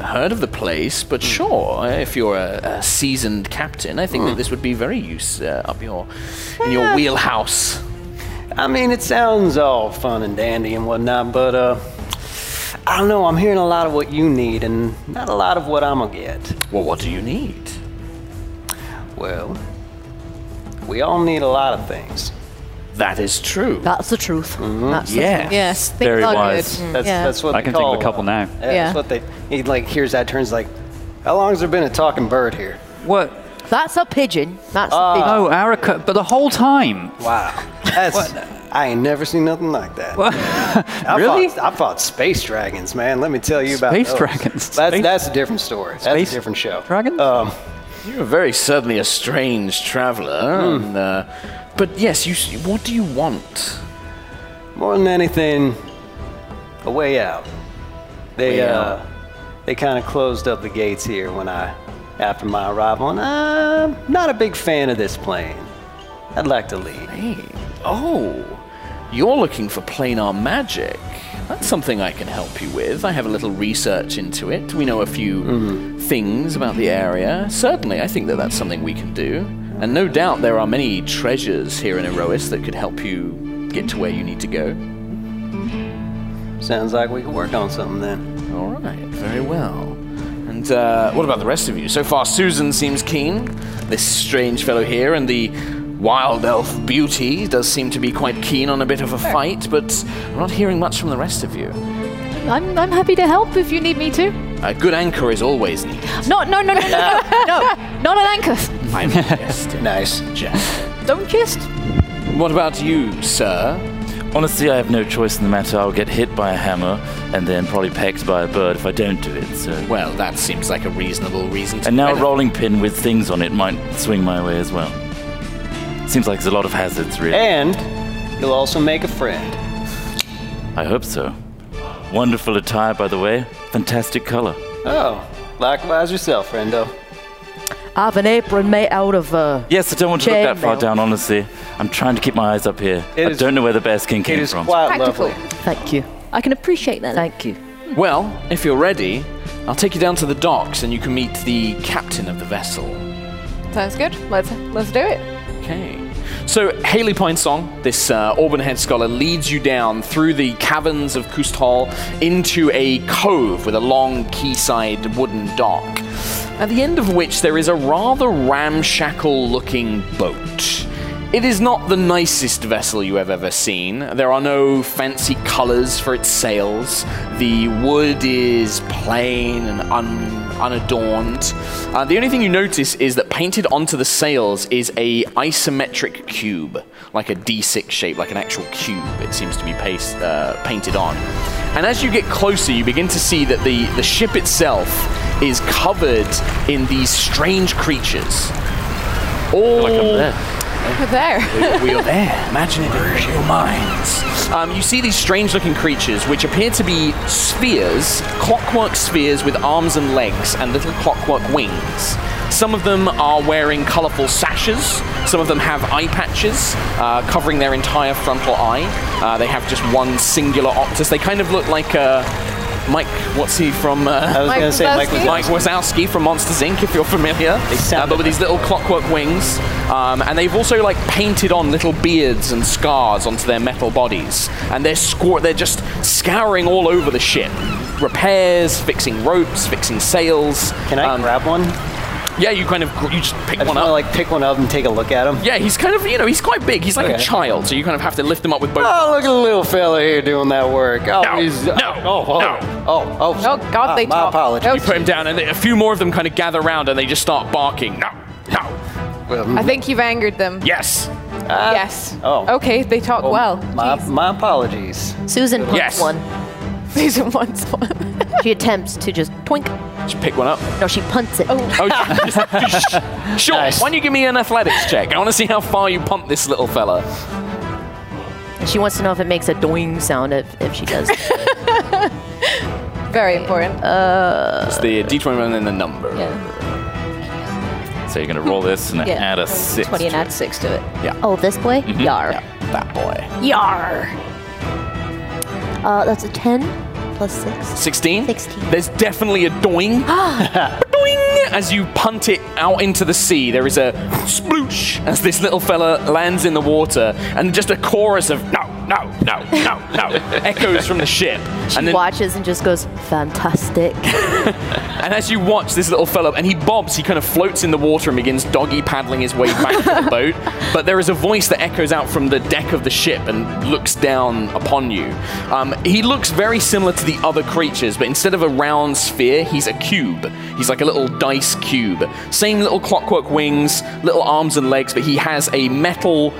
S2: heard of the place, but sure, if you're a, a seasoned captain, I think that this would be very use uh, up your in your wheelhouse.
S7: I mean, it sounds all fun and dandy and whatnot, but uh, I don't know. I'm hearing a lot of what you need and not a lot of what I'm gonna get.
S2: Well, what do you need?
S7: Well, we all need a lot of things.
S2: That is true.
S5: That's the truth. That's the
S2: Mm-hmm. yes.
S4: Yes, things
S3: Very
S4: are
S3: wise.
S4: good.
S7: That's,
S5: Yeah.
S7: that's what
S1: I
S7: they
S1: can think of a
S7: call,
S1: couple
S7: uh,
S1: now.
S4: Yeah.
S7: Yeah, That's what they. He like hears that turns like, how long's there been a talking bird here?
S1: What?
S5: That's a pigeon. That's a pigeon.
S1: Oh, Araca, but the whole time.
S7: Wow. That's, I ain't never seen nothing like that. I
S1: Really?
S7: Fought, I fought space dragons, man. Let me tell you about
S1: Space
S7: those.
S1: dragons?
S7: That's,
S1: Space-
S7: that's a different story. That's
S1: Space
S7: a different show.
S1: dragons?
S7: Um,
S2: You're very certainly a strange traveller. and, uh, but yes, you. s- What do you want?
S7: more than anything, a way out. They
S2: Way
S7: uh, they kind of closed up the gates here when I, after my arrival, and I'm not a big fan of this plane. I'd like to leave.
S2: Hey, oh, you're looking for planar magic. That's something I can help you with. I have a little research into it. We know a few things about the area. Certainly, I think that that's something we can do. And no doubt there are many treasures here in Erois that could help you get to where you need to go.
S7: Sounds like we could work on something then.
S2: All right, very well. And uh, what about the rest of you? So far, Susan seems keen. This strange fellow here and the wild elf beauty does seem to be quite keen on a bit of a fight, but I'm not hearing much from the rest of you.
S4: I'm, I'm happy to help if you need me to.
S2: A good anchor is always needed.
S4: No, no, no, no, no, no, no, not an anchor.
S2: I'm just
S7: Nice.
S2: Jack.
S4: Don't just.
S2: What about you, sir?
S3: Honestly, I have no choice in the matter. I'll get hit by a hammer and then probably pecked by a bird if I don't do it. So.
S2: Well, that seems like a reasonable reason to
S3: And now
S2: I
S3: a
S2: don't-
S3: rolling pin with things on it might swing my way as well. Seems like there's a lot of hazards, really.
S2: Eh.
S7: And you'll also make a friend.
S3: I hope so. Wonderful attire, by the way. Fantastic color.
S7: Oh, likewise yourself, friendo.
S5: I have an apron made out of. Uh,
S3: Yes, I don't want to look that far
S5: Chainmail.
S3: down, honestly. I'm trying to keep my eyes up here.
S7: It
S3: I
S7: is-
S3: don't know where the bear skin
S7: It
S3: came
S7: is
S3: from.
S7: quite
S4: Practical.
S7: lovely.
S5: Thank you.
S4: I can appreciate that.
S5: Thank you.
S2: Well, if you're ready, I'll take you down to the docks and you can meet the captain of the vessel.
S6: Sounds good. Let's let's do it.
S2: Okay. So Haley Pinesong, this uh, Auburn Head scholar, leads you down through the caverns of Kust Hall into a cove with a long quayside wooden dock, at the end of which there is a rather ramshackle-looking boat. It is not the nicest vessel you have ever seen. There are no fancy colours for its sails. The wood is plain and un unadorned. Uh, the only thing you notice is that painted onto the sails is a isometric cube, like a D6 shape, like an actual cube. It seems to be paste, uh, painted on. And as you get closer, you begin to see that the, the ship itself is covered in these strange creatures. All
S3: Like I'm there.
S6: We're there.
S2: we are there. Imagine it in your minds. Um, you see these strange looking creatures, which appear to be spheres, clockwork spheres with arms and legs and little clockwork wings. Some of them are wearing colourful sashes, some of them have eye patches uh, covering their entire frontal eye. Uh, they have just one singular octus. They kind of look like uh, Mike, what's he from? Uh,
S7: I was
S6: Mike
S7: going to say, Mike was
S6: Wazowski?
S2: Mike Wazowski from Monsters Inc. If you're familiar, uh,
S7: sound
S2: but with these little clockwork wings, um, and they've also like painted on little beards and scars onto their metal bodies, and they're squir- they're just scouring all over the ship, repairs, fixing ropes, fixing sails.
S7: Can I
S2: Um,
S7: grab one?
S2: Yeah, you kind of gr- you just pick
S7: I
S2: one
S7: just want
S2: up.
S7: to like pick one up and take a look at him.
S2: yeah, he's kind of you know he's quite big. He's like a
S7: Okay.
S2: child, so you kind of have to lift him up with both.
S7: Oh, look at the little fella here doing that work. Oh,
S2: No,
S7: he's,
S2: no,
S7: oh, oh,
S2: no.
S7: oh, oh,
S6: Oh God,
S7: Ah,
S6: they
S7: my
S6: talk.
S7: apologies.
S2: You put him down, and they- a few more of them kind of gather around, and they just start barking. No, no,
S6: I think you've angered them.
S2: yes,
S6: yes.
S7: Um, oh.
S6: Okay, they talk
S7: Oh,
S6: well.
S7: my, my apologies.
S8: Susan punts
S2: Yes.
S8: one.
S6: Susan wants one.
S8: She attempts to just twink.
S2: just pick one up.
S8: No, she punts it.
S2: Oh, just- just- sh- sure. Why don't you give me an athletics check? I want to see how far you pump this little fella.
S8: And she wants to know if it makes a doing sound if, if she does.
S6: Very important.
S2: It's the uh, D20 and then the number.
S3: So you're going to roll this and add a six.
S4: 20 and
S3: to it.
S4: add 6 to it.
S8: oh, this boy?
S2: Mm-hmm.
S8: Yar.
S2: That boy.
S8: Yar. Uh, that's a 10 plus 6.
S2: 16?
S8: 16.
S2: There's definitely a doing. Doing! As you punt it out into the sea, there is a sploosh as this little fella lands in the water, and just a chorus of no, no, no, no, no echoes from the ship.
S8: She
S2: and then
S8: watches and just goes, fantastic.
S2: And as you watch this little fellow, and he bobs, he kind of floats in the water and begins doggy paddling his way back to the boat. But there is a voice that echoes out from the deck of the ship and looks down upon you. Um, he looks very similar to the other creatures, but instead of a round sphere, he's a cube. He's like a little dice cube. Same little clockwork wings, little arms and legs, but he has a metal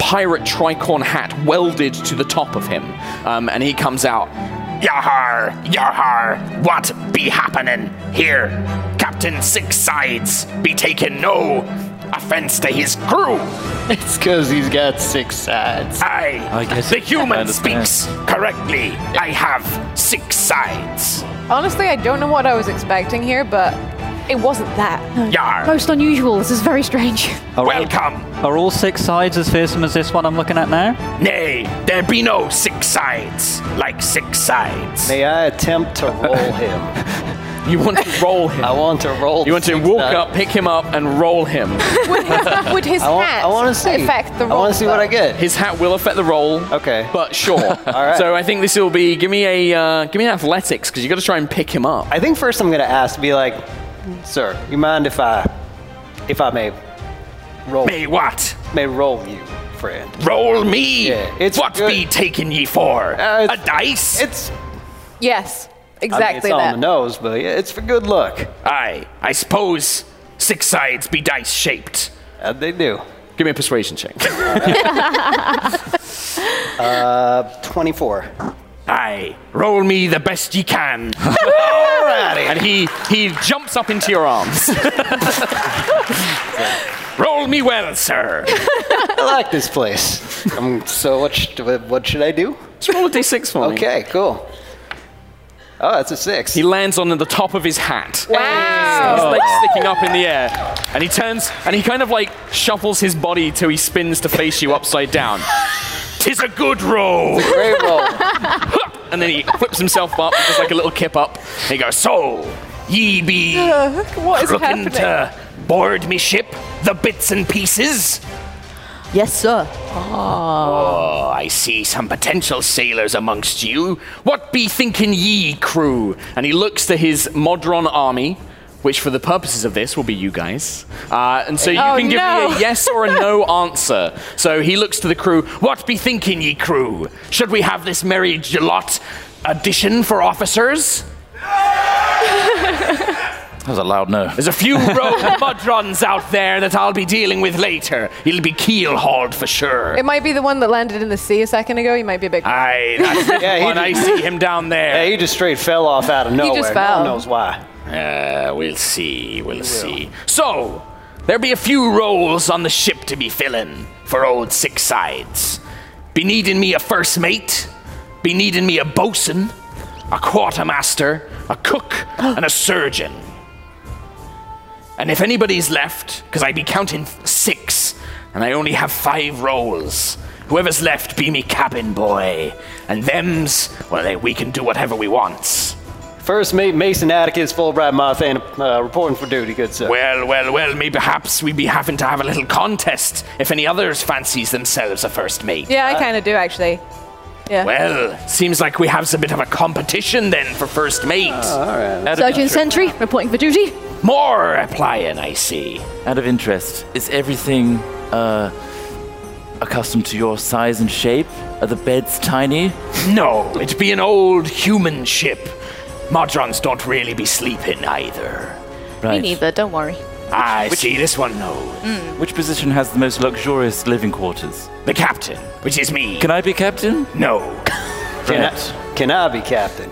S2: pirate tricorn hat welded to the top of him. Um, and he comes out. Yahar! Yahar! What be happening here? Captain Six Sides be taking no offense to his crew.
S9: It's because he's got six sides.
S2: I,
S3: I guess
S2: the
S3: I
S2: human
S3: understand.
S2: speaks correctly. I have six sides.
S6: Honestly, I don't know what I was expecting here, but it wasn't that.
S2: Yar,
S4: Most unusual. This is very strange.
S1: Are all-
S2: welcome.
S1: Are all six sides as fearsome as this one I'm looking at now?
S2: Nay, there be no six sides like six sides.
S7: May I attempt to roll him?
S2: You want to roll him.
S7: I want to roll.
S2: You want to
S7: six
S2: walk
S7: dice.
S2: up, pick him up, and roll him.
S6: Would his, would his
S7: I want,
S6: hat
S7: I want to see.
S6: affect the
S7: I
S6: roll,
S7: want to see what I
S6: though?
S7: get.
S2: His hat will affect the roll.
S7: Okay.
S2: But sure. All
S7: right.
S2: So I think this will be give me a uh, give me an athletics because you got to try and pick him up.
S7: I think first I'm gonna ask, be like, sir, you mind if I, if I may, roll, may,
S2: what?
S7: roll you, friend?
S2: Roll me.
S7: Yeah, it's What good. be
S2: taking ye for?
S7: Uh, it's- A
S2: dice?
S7: It's
S6: Yes,
S7: I mean, it's
S6: exactly
S7: on
S6: that.
S7: the nose, but yeah, it's for good luck.
S2: Aye. I suppose six sides be dice shaped.
S7: Uh, they do.
S2: Give me a persuasion check.
S7: Uh, 24.
S2: Aye. Roll me the best ye can.
S7: Alrighty.
S2: and he he jumps up into your arms. Roll me well, sir.
S7: I like this place. Um, so what? Sh- what should I do?
S2: Just roll a d6 for me.
S7: Okay, cool. Oh, that's a six.
S2: He lands on the top of his hat.
S6: Wow. Oh.
S2: His legs sticking up in the air. And he turns and he kind of like shuffles his body till he spins to face you upside down. Tis a good roll.
S7: Great roll.
S2: And then he flips himself up, just like a little kip up. And he goes, So, ye be
S6: Uh, What is
S2: looking
S6: happening?
S2: to board me ship, the bits and pieces?
S5: Yes, sir.
S2: Oh, I see some potential sailors amongst you. What be thinking ye, crew? And he looks to his Modron army, which for the purposes of this will be you guys. Uh, and so you
S6: Oh,
S2: can give me
S6: no.
S2: a yes or a no answer. So he looks to the crew. What be thinking ye, crew? Should we have this merry lot addition for officers?
S3: That was a loud no.
S2: There's a few rogue Modrons out there that I'll be dealing with later. He'll be keel hauled for sure.
S6: It might be the one that landed in the sea a second ago. He might be a big.
S2: Aye, that's the
S7: Yeah, he
S2: one. I
S7: just-
S2: see him down there.
S7: Yeah, he just straight fell off out of nowhere.
S6: just
S7: No
S6: fell.
S7: one knows why.
S2: Uh, we'll see, we'll see. So, there be a few roles on the ship to be filling for old Six Sides. Be needing me a first mate, be needing me a bosun, a quartermaster, a cook, and a surgeon. And if anybody's left, because I be counting six, and I only have five rolls, whoever's left be me cabin boy. And them's, well, eh, we can do whatever we wants.
S7: First mate Mason Atticus, Fulbright Mothman, uh, reporting for duty, good sir.
S2: Well, well, well, maybe perhaps we be having to have a little contest if any others fancies themselves a first mate.
S6: Yeah, I kind of do actually. Yeah.
S2: Well, seems like we have a bit of a competition then for first mate.
S4: Sergeant Sentry, reporting for duty.
S2: More applying, I see.
S3: Out of interest, is everything uh, accustomed to your size and shape? Are the beds tiny?
S2: No, it be an old human ship. Modrons don't really be sleeping either.
S3: Right.
S8: don't worry.
S2: I see this one knows.
S3: Which position has the most luxurious living quarters?
S2: The captain, which is me.
S3: Can I be captain?
S2: no,
S7: can,
S3: Right.
S7: I, can I be captain?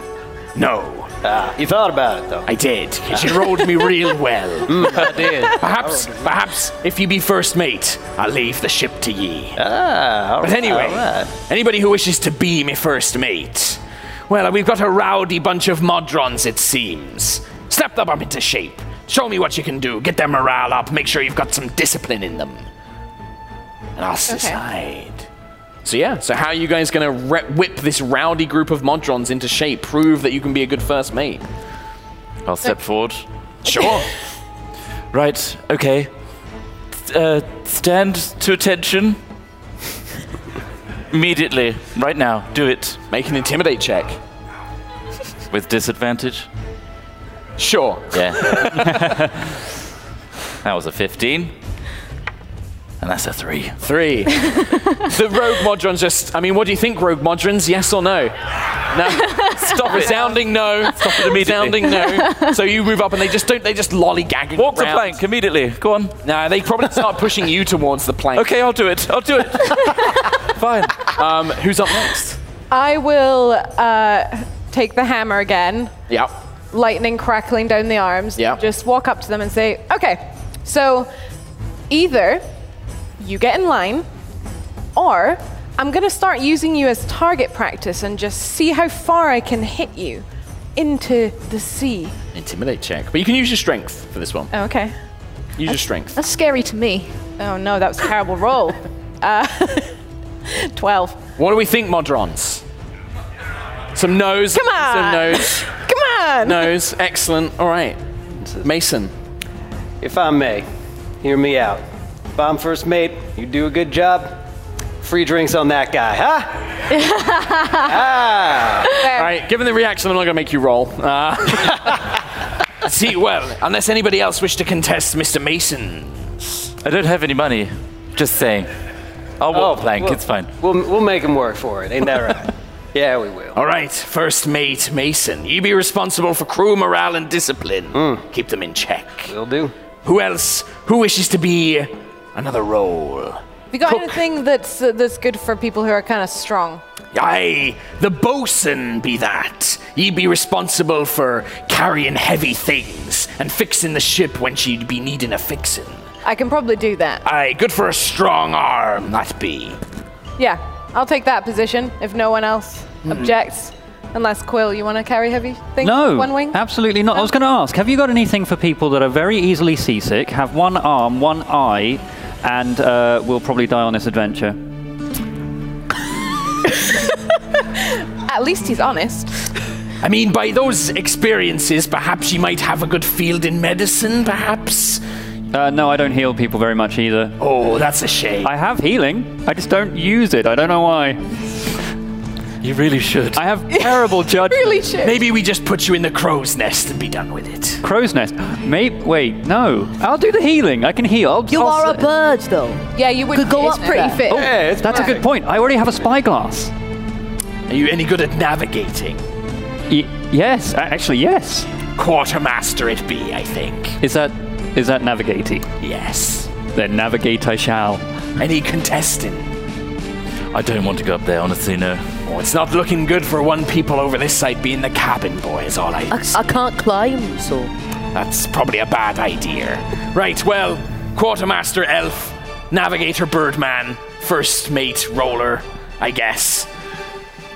S2: no.
S7: Ah, you thought about it though.
S2: I did. She rolled me real well.
S7: Mm, I did. Oh.
S2: Perhaps, perhaps, if you be first mate, I'll leave the ship to ye.
S7: Ah, all
S2: But
S7: right,
S2: anyway,
S7: all right.
S2: anybody who wishes to be my first mate, well, we've got a rowdy bunch of Modrons, it seems. Snap them up into shape. Show me what you can do. Get their morale up. Make sure you've got some discipline in them. And I'll decide. So yeah. So how are you guys gonna re- whip this rowdy group of Modrons into shape? Prove that you can be a good first mate.
S3: I'll step forward.
S2: Sure.
S3: Right, okay. S- Uh, stand to attention. Immediately, right now, do it.
S2: Make an intimidate check.
S3: With disadvantage.
S2: Sure.
S3: Yeah. that was a 15. And that's a 3.
S2: Three. the rogue modron just. I mean, what do you think, rogue modrons? Yes or no? No. Stop it. Sounding no. Stop it
S3: immediately.
S2: Sounding no. So you move up and they just don't. They just lollygag.
S3: Walk the plank immediately. Go on.
S2: No, they probably start pushing you towards the plank.
S3: Okay, I'll do it. I'll do it. Fine.
S2: Um, who's up next?
S6: I will uh, take the hammer again,
S2: Yeah.
S6: lightning crackling down the arms.
S2: Yeah.
S6: Just walk up to them and say, okay, so either you get in line or I'm going to start using you as target practice and just see how far I can hit you into the sea.
S2: Intimidate check. But you can use your strength for this one.
S6: Oh, okay.
S2: Use
S6: uh,
S2: your strength.
S8: That's scary to me.
S6: Oh no, that was a terrible roll. Uh, 12.
S2: What do we think, Modrons? Some no's.
S6: Come on.
S2: Some no's.
S6: Come on!
S2: no's. Excellent. All right. Mason.
S7: If I may, hear me out. If I'm first mate, you do a good job. Free drinks on that guy, huh?
S2: All right. Given the reaction, I'm not going to make you roll. Uh, see, well, unless anybody else wish to contest Mr. Mason.
S3: I don't have any money. Just saying. I'll walk the plank.
S7: well,
S3: It's fine.
S7: We'll, we'll make him work for it. Ain't that right? yeah, we will.
S2: All right, first mate Mason, you be responsible for crew morale and discipline. Keep them in check.
S7: We'll do.
S2: Who else? Who wishes to be another role?
S6: Have you got anything that's, uh, that's good for people who are kind of strong?
S2: Aye, the bosun be that. Ye be responsible for carrying heavy things and fixing the ship when she'd be needing a fixin'.
S6: I can probably do that.
S2: Aye, good for a strong arm, that be.
S6: Yeah, I'll take that position if no one else objects. Unless Quill, you want to carry heavy things?
S1: No,
S6: with one wing.
S1: absolutely not. I was going to ask, have you got anything for people that are very easily seasick, have one arm, one eye, and uh, will probably die on this adventure?
S6: At least he's honest.
S2: I mean, by those experiences, perhaps ye might have a good field in medicine, perhaps?
S1: Uh, no, I don't heal people very much either.
S2: Oh, that's a shame.
S1: I have healing. I just don't use it. I don't know why.
S3: You really should.
S1: I have terrible judgment.
S6: Really should.
S2: Maybe we just put you in the crow's nest and be done with it.
S1: Crow's nest. Maybe. Wait, no. I'll do the healing. I can heal. I'll,
S5: You
S1: I'll
S5: are a
S1: s-
S5: bird, though.
S6: Yeah, you would
S5: Could go
S6: it's
S5: up
S6: pretty
S5: there.
S6: fit.
S1: That's a good point. I already have a spyglass.
S2: Are you any good at navigating?
S1: Y- yes, a- actually, yes.
S2: Quartermaster it be, I think.
S1: Is that is that navigatey?
S2: Yes.
S1: Then navigate I shall.
S2: Any contestant?
S3: I don't want to go up there, honestly, no.
S2: Oh, it's not looking good for one people over this side being the cabin boy, is all I.
S5: I, I can't climb, so.
S2: That's probably a bad idea. Right, well, quartermaster elf, navigator birdman, first mate roller, I guess.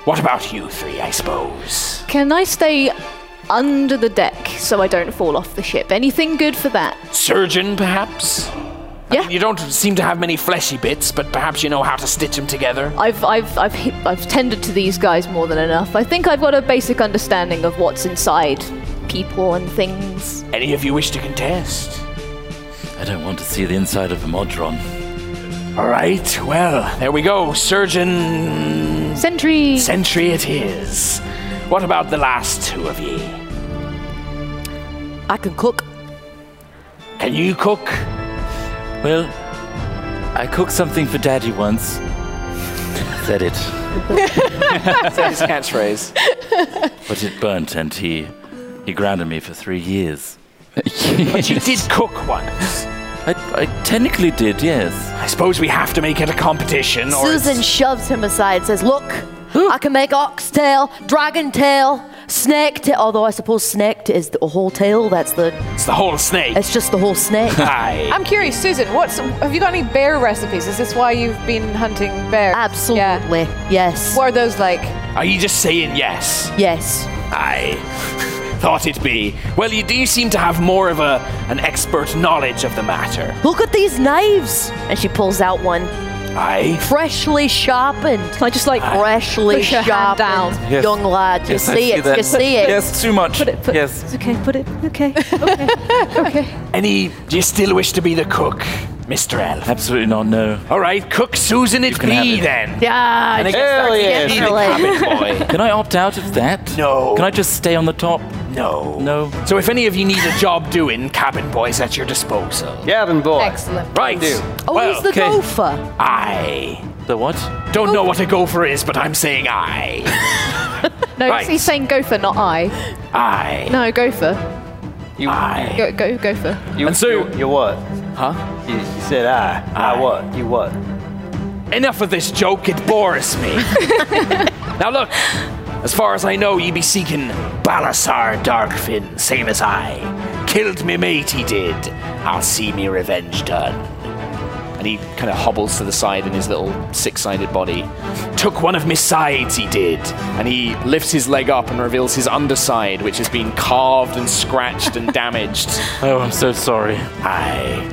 S2: What about you three, I suppose?
S8: Can I stay under the deck so I don't fall off the ship? Anything good for that?
S2: Surgeon, perhaps?
S8: Yeah.
S2: You don't seem to have many fleshy bits, but perhaps you know how to stitch them together.
S8: I've I've I've hit, I've tended to these guys more than enough. I think I've got a basic understanding of what's inside people and things.
S2: Any of you wish to contest?
S3: I don't want to see the inside of a Modron.
S2: All right, well, there we go. Surgeon
S8: Sentry.
S2: Sentry it is. What about the last two of ye?
S5: I can cook.
S2: Can you cook?
S3: Well, I cooked something for Daddy once. Said it,
S2: That's his catchphrase.
S3: but it burnt, and he he grounded me for three years.
S2: But you did cook once.
S3: I, I technically did, yes.
S2: I suppose we have to make it a competition, or it's-
S5: Susan shoves him aside, says, Look, I can make oxtail, dragon tail, snake tail. Although I suppose snake tail is the whole tail. That's the.
S2: it's the whole snake.
S5: It's just the whole snake.
S2: Aye.
S6: I'm curious, Susan. What's have you got any bear recipes? Is this why you've been hunting bears?
S5: Absolutely.
S6: Yeah.
S5: Yes.
S6: What are those like?
S2: Are you just saying yes?
S5: Yes.
S2: I thought it be. Well, you do seem to have more of a an expert knowledge of the matter.
S5: Look at these knives.
S8: And she pulls out one.
S2: Aye.
S5: Freshly sharpened.
S4: Can I just like
S5: Freshly
S4: Push your hand
S5: sharpened.
S4: down.
S3: Yes.
S5: Young lad, you
S3: Yes, I
S5: see
S3: see
S5: it.
S3: that.
S5: You see it.
S3: Yes, too much.
S4: put it? Put,
S3: yes.
S4: It's okay. Put it. Okay.
S2: Any? Do you still wish to be the cook? Mr. Elf.
S3: Absolutely not, no.
S2: All right, cook Susan it
S3: can have
S2: me
S3: it.
S2: then.
S8: Yeah,
S2: And
S8: just
S2: again,
S8: starts
S2: Oh, yeah,
S8: getting
S2: she's a
S8: like-
S2: cabin boy.
S3: Can I opt out of that?
S2: No.
S3: Can I just stay on the top?
S2: No.
S3: No.
S2: So if any of you need a job doing, cabin boy's at your disposal.
S7: Gavin boy.
S6: Excellent.
S2: Right.
S7: do.
S5: Oh,
S2: well,
S5: he's the Oh.
S3: okay.
S5: gopher.
S2: I
S3: The what?
S2: don't know what a gopher is, but I'm saying I.
S6: No,
S2: Right.
S6: he's saying gopher, not I.
S2: I.
S6: No, gopher.
S7: You,
S2: I.
S6: Go, go, gopher.
S7: you,
S2: And so-
S7: you, you what?
S2: Huh?
S7: You, you said I.
S2: I.
S7: I what? You what?
S2: Enough of this joke, it bores me. now look, as far as I know, ye be seeking Balasar Darkfin, same as I. Killed me mate, he did. I'll see me revenge done. And he kind of hobbles to the side in his little six-sided body. Took one of me sides, he did. And he lifts his leg up and reveals his underside, which has been carved and scratched and damaged.
S3: Oh, I'm so sorry.
S2: I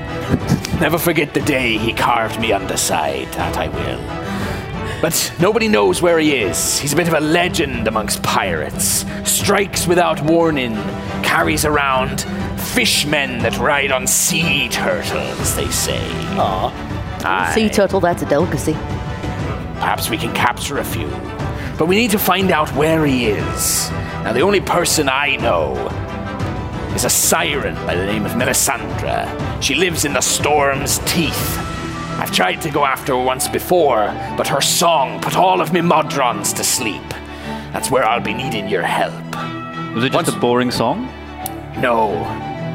S2: never forget the day he carved me underside, that I will. But nobody knows where he is. He's a bit of a legend amongst pirates. Strikes without warning, carries around fishmen that ride on sea turtles, they say. Aw.
S8: Sea turtle, that's a delicacy.
S2: Perhaps we can capture a few. But we need to find out where he is. Now, the only person I know is a siren by the name of Melisandre. She lives in the storm's teeth. I've tried to go after her once before, but her song put all of me modrons to sleep. That's where I'll be needing your help.
S1: Was it just
S2: Once-
S1: a boring song?
S2: No,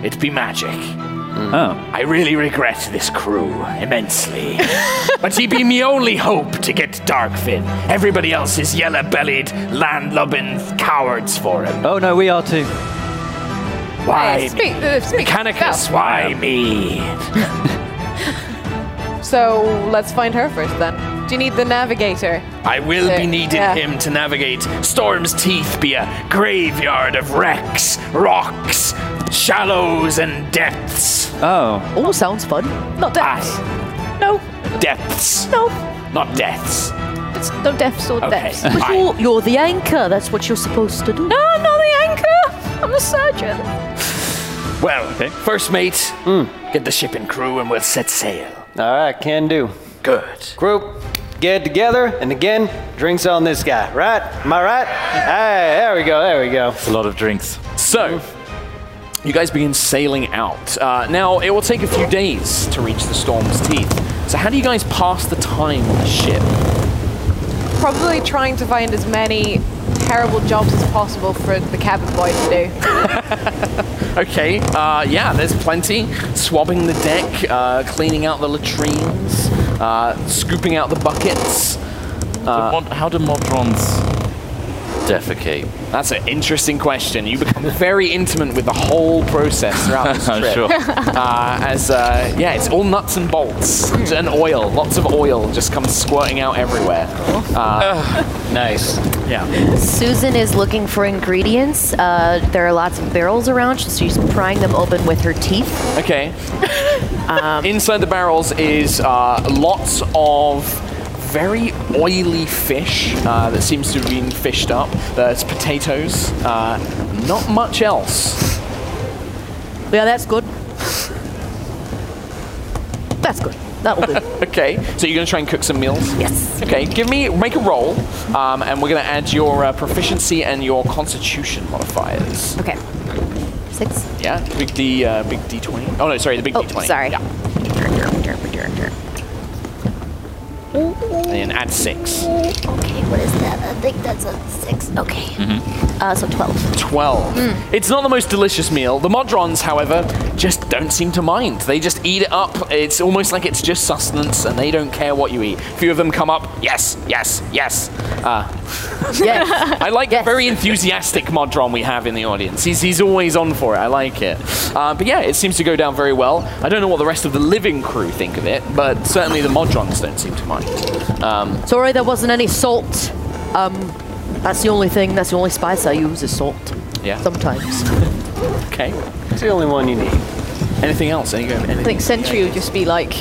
S2: it'd be magic.
S1: Oh.
S2: I really regret this crew immensely. but he be me only hope to get Darkfin. Everybody else is yellow bellied, landlubbing cowards for him.
S1: Oh no, we are too.
S2: Why
S6: Hey, speak,
S2: me?
S6: uh, speak.
S2: Mechanicus, why me?
S6: So let's find her first then. Do you need the navigator?
S2: I will
S6: Uh,
S2: be needing
S6: yeah.
S2: him to navigate Storm's Teeth be a graveyard of wrecks, rocks, shallows, and depths.
S1: Oh.
S5: Oh, sounds fun.
S6: Not deaths.
S2: I,
S6: No,
S2: depths,
S6: no.
S2: not deaths.
S6: It's no deaths or
S2: Okay.
S6: deaths.
S5: But
S2: I-
S5: you're, you're the anchor. That's what you're supposed to do.
S6: No, I'm not the anchor. I'm the surgeon.
S2: Well,
S1: Okay.
S2: first mate, get the ship and crew and we'll set sail.
S7: All right, can do.
S2: Good.
S7: Group, get together, and again, drinks on this guy. Right? Am I right? Hey, there we go. There we go.
S3: It's a lot of drinks.
S2: So, you guys begin sailing out. Uh, now, it will take a few days to reach the storm's teeth. So, how do you guys pass the time on the ship?
S6: Probably trying to find as many terrible jobs as possible for the cabin boy to do.
S2: Okay, uh, yeah, there's plenty. Swabbing the deck, uh, cleaning out the latrines, uh, scooping out the buckets. Uh,
S3: So mon- how do Modrons defecate?
S2: That's an interesting question. You become very intimate with the whole process throughout this
S3: I'm
S2: trip.
S3: sure.
S2: uh, as uh, yeah, it's all nuts and bolts and oil. Lots of oil just comes squirting out everywhere. Uh,
S9: Nice.
S2: Yeah.
S8: Susan is looking for ingredients. Uh, there are lots of barrels around, so she's prying them open with her teeth.
S2: Okay. Inside the barrels is uh, lots of very oily fish uh, that seems to have been fished up. There's potatoes. Uh, not much else.
S5: Yeah, that's good. That's good. That'll do.
S2: Okay. So you're gonna try and cook some meals.
S5: yes.
S2: Okay, give me make a roll, um, and we're gonna add your uh, proficiency and your constitution modifiers.
S8: Okay. Six.
S2: Yeah, big D, uh, big D twenty. Oh no, sorry, the big
S8: Oh,
S2: D twenty.
S8: sorry.
S2: Yeah, and then add six.
S8: Okay, what is that? I think that's a six. Okay.
S5: Mm-hmm.
S8: Uh, so 12.
S2: Twelve.
S8: Hmm.
S2: It's not the most delicious meal. The Modrons, however, just don't seem to mind. They just eat it up. It's almost like it's just sustenance, and they don't care what you eat. A few of them come up. Yes, yes, yes. Uh,
S5: Yes.
S2: I like the very enthusiastic Modron we have in the audience. He's, he's always on for it. I like it. Uh, but yeah, it seems to go down very well. I don't know what the rest of the living crew think of it, but certainly the Modrons don't seem to mind. Um,
S5: Sorry, there wasn't any salt. Um, that's the only thing. That's the only spice I use is salt.
S2: Yeah.
S5: Sometimes.
S2: okay.
S7: It's the only one you need.
S2: Anything else? Any, anything?
S4: I think Sentry would just be like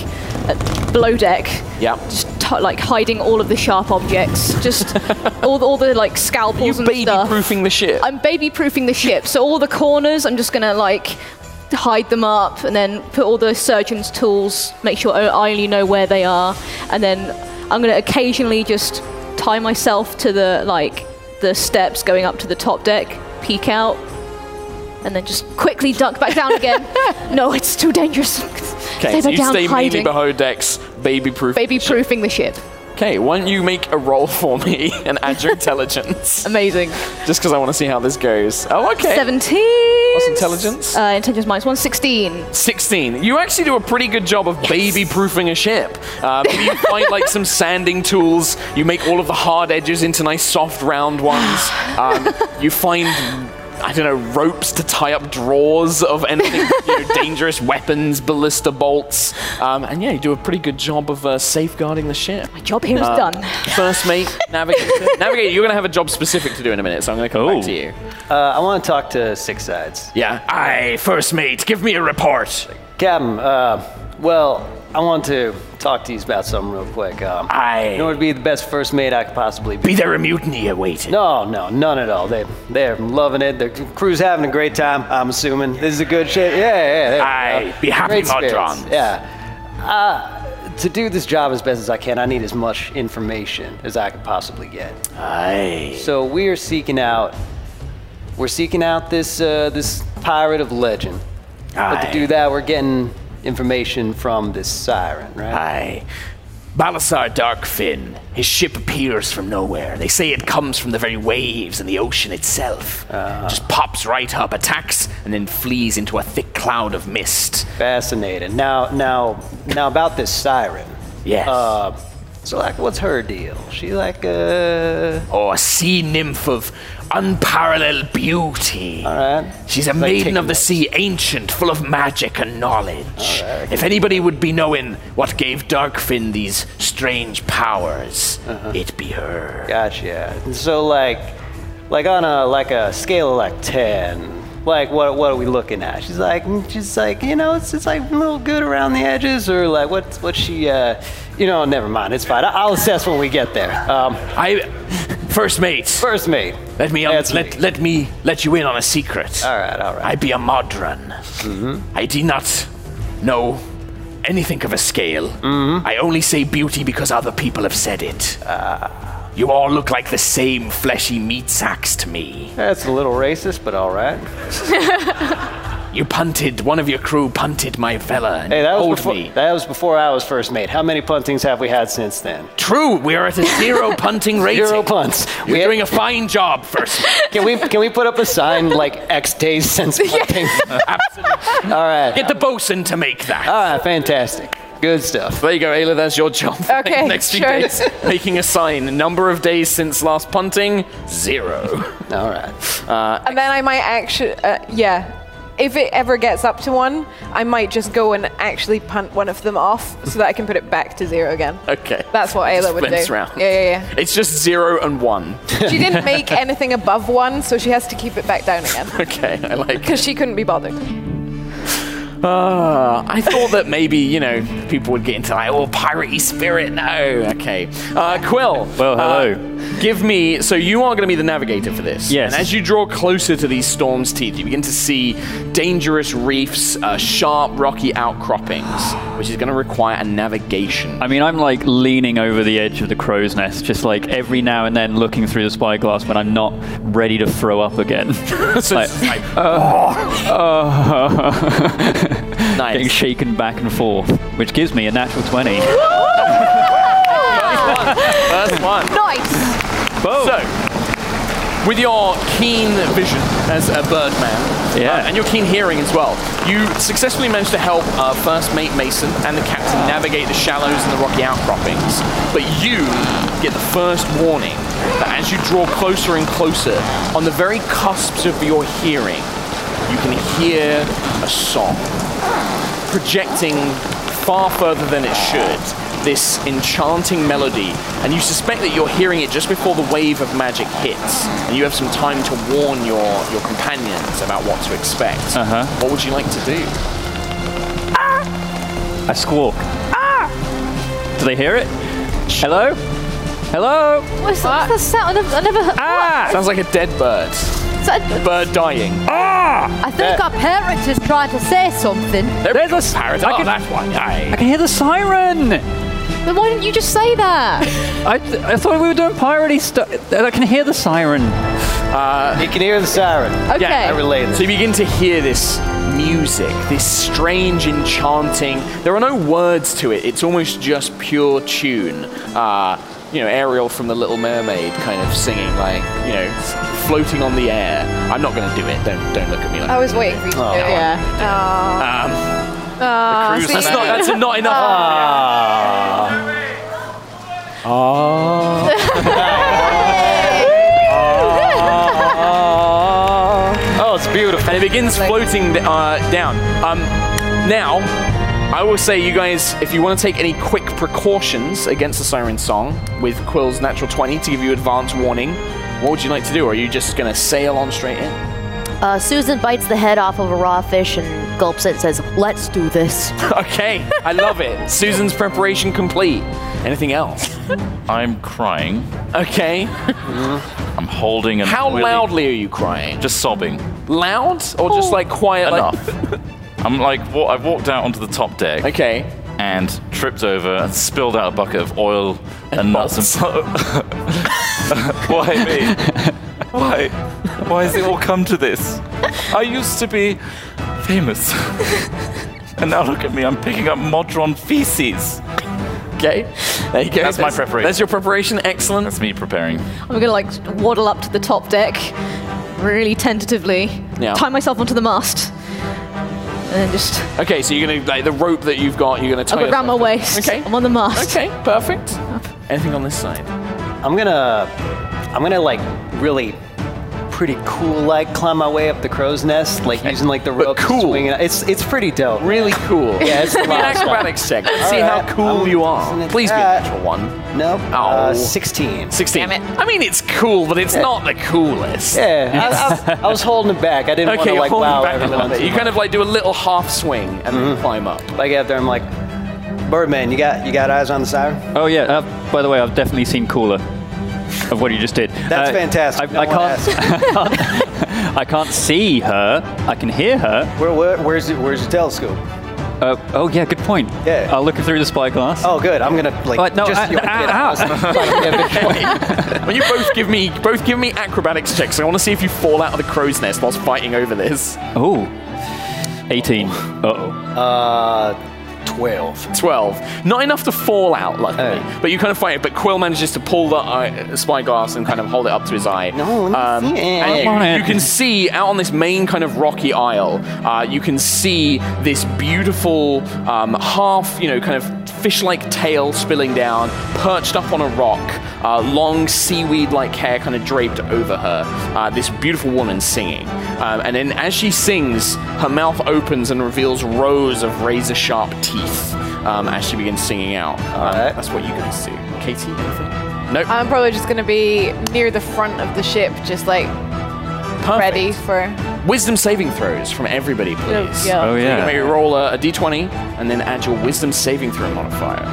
S4: at below deck,
S2: Yeah.
S4: just t- like hiding all of the sharp objects, just all, the, all the like scalpels
S2: You
S4: and
S2: baby
S4: stuff.
S2: proofing the ship.
S4: I'm baby proofing the ship, so all the corners I'm just gonna like hide them up, and then put all the surgeon's tools. Make sure I I only know where they are, and then I'm gonna occasionally just tie myself to the like the steps going up to the top deck, peek out, and then just quickly duck back down again. no, it's too dangerous.
S2: Okay,
S4: stay
S2: so
S4: back
S2: you
S4: down,
S2: stay mainly
S4: hiding.
S2: below decks, baby proof.
S4: Baby proofing the ship.
S2: Okay, why don't you make a roll for me and add your intelligence?
S4: Amazing.
S2: Just because I want to see how this goes. Oh, okay.
S4: 17.
S2: What's intelligence?
S4: Uh, intelligence minus one, 16.
S2: 16. You actually do a pretty good job of baby proofing a ship. Uh, maybe you find like some sanding tools, you make all of the hard edges into nice soft round ones. Um, you find, I don't know, ropes to tie up drawers of anything, you know, dangerous weapons, ballista bolts. Um, and yeah, you do a pretty good job of uh, safeguarding the ship.
S4: Oh My job here is
S2: Uh,
S4: done.
S2: First mate, navigator. navigator, you're going to have a job specific to do in a minute, so I'm going to come back to you.
S7: Uh, I want to talk to Six Sides.
S2: Yeah. Aye, first mate, give me a report.
S7: Captain, uh, well, I want to talk to you about something real quick. Um, in
S2: Aye.
S7: order to be the best first mate I could possibly be.
S2: Be there a mutiny awaiting?
S7: No, no, none at all. They, they're loving it. The crew's having a great time. I'm assuming this is a good ship. Yeah, yeah. there we
S2: Aye,
S7: go.
S2: be happy,
S7: Great
S2: Lord
S7: spirits.
S2: John.
S7: Yeah. Uh, to do this job as best as I can, I need as much information as I could possibly get.
S2: Aye.
S7: So we are seeking out. We're seeking out this uh, this pirate of legend. But
S2: Aye.
S7: to do that, we're getting information from this siren, right?
S2: Aye. Balasar Darkfin. His ship appears from nowhere. They say it comes from the very waves and the ocean itself.
S7: Ah.
S2: Just pops right up, attacks, and then flees into a thick cloud of mist.
S7: Fascinating. Now, now, now about this siren.
S2: Yes.
S7: Uh, so like, what's her deal? She like, uh,
S2: or Oh, a sea nymph of unparalleled beauty.
S7: all right.
S2: She's a
S7: Like
S2: maiden
S7: taking
S2: of the
S7: notes.
S2: sea, ancient, full of magic and knowledge. If anybody would be knowing what gave Darkfin these strange powers,
S7: Uh-huh.
S2: it be her.
S7: Gotcha. And So like, like on a like a scale of like ten. Like what? What are we looking at? She's like, mm, she's like, you know, it's it's like a little good around the edges, or like what? What she? Uh, you know, never mind. It's fine. I- I'll assess when we get there. Um,
S2: I, first mate.
S7: first mate.
S2: Let me, um,
S7: That's
S2: let,
S7: me.
S2: let me let you in on a secret.
S7: All right, Mm-hmm. all right.
S2: I be a modron. I do not know anything of a scale.
S7: Mm-hmm.
S2: I only say beauty because other people have said it.
S7: Ah.
S2: you all look like the same fleshy meat sacks to me.
S7: That's a little racist, but all right.
S2: You punted, one of your crew punted my fella and
S7: Hey, that was
S2: owed
S7: before,
S2: me.
S7: that was before I was first mate. How many puntings have we had since then?
S2: True, we are at a zero punting rating.
S7: Zero punts.
S2: You're
S7: We-
S2: doing a fine job, first.
S7: Can we can we put up a sign like X days since punting?
S2: Absolutely.
S7: all right.
S2: Get the bosun to make that.
S7: All right. ah, Fantastic. Good stuff.
S2: There you go, Ayla. That's your job. for
S6: Okay,
S2: the next few
S6: sure.
S2: days, making a sign. Number of days since last punting, zero.
S7: All right.
S6: And then I might actually, uh, yeah. If it ever gets up to one, I might just go and actually punt one of them off so that I can put it back to zero again.
S2: Okay.
S6: That's what Ayla would
S2: Spins
S6: do.
S2: round.
S6: Yeah, yeah,
S2: It's just zero and one.
S6: yeah. she didn't make anything above one, so she has to keep it back down again
S2: Okay, I like.
S6: because she couldn't be bothered.
S2: Ah, I thought that maybe you know people would get into like, oh, piratey spirit. No, okay. Uh, Quill.
S1: Well, hello.
S2: uh, give me. So you are going to be the navigator for this.
S1: Yes.
S2: And as you draw closer to these storms' teeth, you begin to see dangerous reefs, uh, sharp rocky outcroppings, which is going to require a navigation.
S1: I mean, I'm like leaning over the edge of the crow's nest, just like every now and then looking through the spyglass when I'm not ready to throw up again.
S2: so it's
S1: Like-
S2: like,
S1: nice. Getting
S2: Nice.
S1: shaken back and forth, which gives me a natural 20.
S2: First one.
S6: Nice.
S2: So, with your keen vision as a birdman,
S1: Yeah.
S2: uh, and your keen hearing as well, you successfully managed to help uh, First Mate Mason and the captain navigate the shallows and the rocky outcroppings. But you get the first warning that as you draw closer and closer, on the very cusps of your hearing, you can hear a song projecting far further than it should this enchanting melody, and you suspect that you're hearing it just before the wave of magic hits, and you have some time to warn your, your companions about what to expect.
S1: Uh-huh.
S2: What would you like to do?
S1: I squawk. Ah! Do they hear it? Hello? Hello?
S8: What's, what's the sound? I've, I've never heard.
S1: Ah!
S2: Sounds like a dead bird.
S5: I,
S2: Bird dying.
S5: I think our parent is trying to say something.
S2: There's a parrot. Oh, that's why.
S1: I can hear the siren.
S4: Then why didn't you just say that?
S1: I, I thought we were doing piratey stuff. I can hear the siren.
S7: Uh, You can hear the siren.
S4: Okay.
S7: I relate
S2: So
S7: it.
S2: you begin to hear this music, this strange enchanting. There are no words to it. It's almost just pure tune. Uh, you know, Ariel from The Little Mermaid kind of singing, like you know, floating on the air. I'm not going to do it. Don't don't look at me like.
S6: I was waiting for you to do it.
S4: yeah.
S6: Ah, see?
S2: that's not. That's not enough.
S7: Oh, it's beautiful.
S2: and it begins floating uh, down. Um, now, I will say, you guys, if you want to take any quick precautions against the siren song with Quill's natural 20 to give you advance warning, what would you like to do? Or are you just going to sail on straight in?
S8: Uh, Susan bites the head off of a raw fish and gulps it and says, Let's do this.
S2: Okay, I love it. Susan's preparation complete. Anything else?
S3: I'm crying.
S2: Okay.
S3: I'm holding and
S2: How loudly are you crying?
S3: Just sobbing.
S2: Loud or just like quiet? like-
S3: Oh. Enough. I'm like, wa- I've walked out onto the top deck
S2: okay.
S3: and tripped over and spilled out a bucket of oil and, nuts and Why me? Why? Why has it all come to this? I used to be famous. and now look at me, I'm picking up Modron feces.
S2: Okay. There you go.
S3: That's my preparation.
S2: That's your preparation. Excellent.
S3: That's me preparing.
S4: I'm gonna like waddle up to the top deck, really tentatively,
S2: Yeah.
S4: tie myself onto the mast, and then just
S2: Okay, so you're gonna like the rope that you've got. You're gonna tie.
S4: I've got around my
S2: yourself to.
S4: waist.
S2: Okay.
S4: I'm on the mast.
S2: Okay, perfect. Anything on this side?
S7: I'm gonna, I'm gonna like really pretty cool like climb my way up the crow's nest, like using like the
S2: But
S7: rope. and
S2: cool.
S7: swinging it. It's it's pretty dope.
S2: Really cool.
S7: Yeah, it's a
S2: Give me an
S7: lot of fun.
S2: acrobatics check. Let's see
S7: Alright,
S2: how cool
S7: I'm
S2: you are.
S7: using it.
S2: Please be a
S7: Uh,
S2: natural one.
S7: Nope.
S2: Oh.
S7: Uh, 16.
S2: 16. I mean, it's cool, but it's not the coolest.
S7: Yeah, I, I, I was holding it back. I didn't
S2: Okay, you're
S7: want to
S2: holding
S7: like wow
S2: back a
S7: everyone.
S2: little bit.
S7: too
S2: You kind of like do a little half swing and then climb up.
S7: much. like out there. I'm like, Birdman, you got you got eyes on the siren?
S1: Oh yeah. Uh, by the way, I've definitely seen cooler of what you just did.
S7: That's
S1: Uh,
S7: fantastic.
S1: I,
S7: No
S1: I
S7: one
S1: can't. I can't see her. I can hear her.
S7: Where, where, where's your, where's your telescope?
S1: Uh, oh yeah, good point.
S7: Yeah.
S1: I'll look through the spyglass.
S7: Oh, good. I'm gonna like
S1: Wait, no,
S7: just
S1: uh,
S7: your
S1: no, ow, ow.
S2: When you both give me both give me acrobatics checks, I want to see if you fall out of the crow's nest whilst fighting over this.
S1: Oh. 18. Uh-oh.
S7: uh, twelve.
S2: 12. Not enough to fall out, luckily.
S7: Oh.
S2: But you kind of fight it. But Quill manages to pull the eye, spyglass and kind of hold it up to his eye.
S7: No, let me see it.
S2: and
S7: I
S2: you-
S1: want
S2: you,
S1: it.
S2: can see out on this main kind of rocky isle, uh, you can see this beautiful um, half, you know, kind of fish like tail spilling down, perched up on a rock, uh, long seaweed like hair kind of draped over her. Uh, this beautiful woman singing. Um, and then as she sings, her mouth opens and reveals rows of razor sharp teeth um, as she begins singing out. Um,
S7: right.
S2: That's what you guys see. Katie, anything? Nope.
S6: I'm probably just gonna be near the front of the ship, just like
S2: Perfect.
S6: ready for.
S2: Wisdom saving throws from everybody, please.
S6: Yeah. Oh,
S2: So
S1: yeah.
S2: You may roll a a d20 and then add your wisdom saving throw modifier.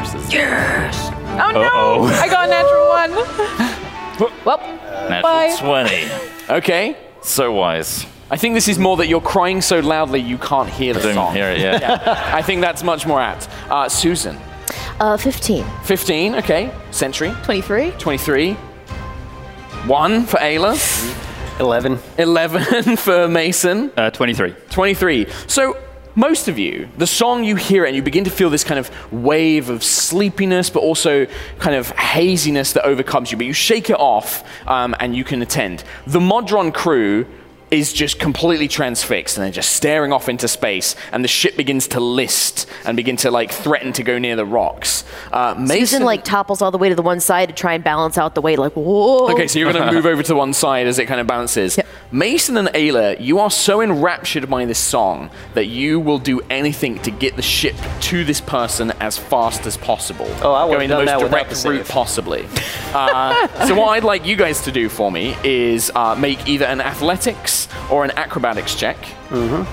S2: Which is-
S6: Oh no!
S3: Uh-oh.
S6: I got a natural one.
S3: Natural
S6: Bye.
S3: 20.
S2: Okay.
S3: So wise.
S2: I think this is more that you're crying so loudly you can't hear the
S3: Don't
S2: song.
S3: hear it yet.
S2: I think that's much more apt. Uh, Susan,
S8: Uh, 15.
S2: 15. Okay. Sentry,
S4: 23.
S2: 23. One for Ayla,
S7: Eleven.
S2: 11 for Mason.
S1: Uh, 23.
S2: 23. So, most of you, the song you hear it and you begin to feel this kind of wave of sleepiness, but also kind of haziness that overcomes you. But you shake it off um, and you can attend. The Modron crew is just completely transfixed and they're just staring off into space and the ship begins to list and begin to like threaten to go near the rocks. Uh, Mason
S8: Susan, like, topples all the way to the one side to try and balance out the weight, like, whoa.
S2: Okay, so you're going to move over to one side as it kind of bounces. Mason and Ayla, you are so enraptured by this song that you will do anything to get the ship to this person as fast as possible.
S7: Oh, I would've
S2: Going
S7: done
S2: the
S7: that
S2: most
S7: without
S2: direct
S7: the save.
S2: route possibly. Uh, so what I'd like you guys to do for me is uh, make either an athletics or an acrobatics check.
S7: Mm-hmm.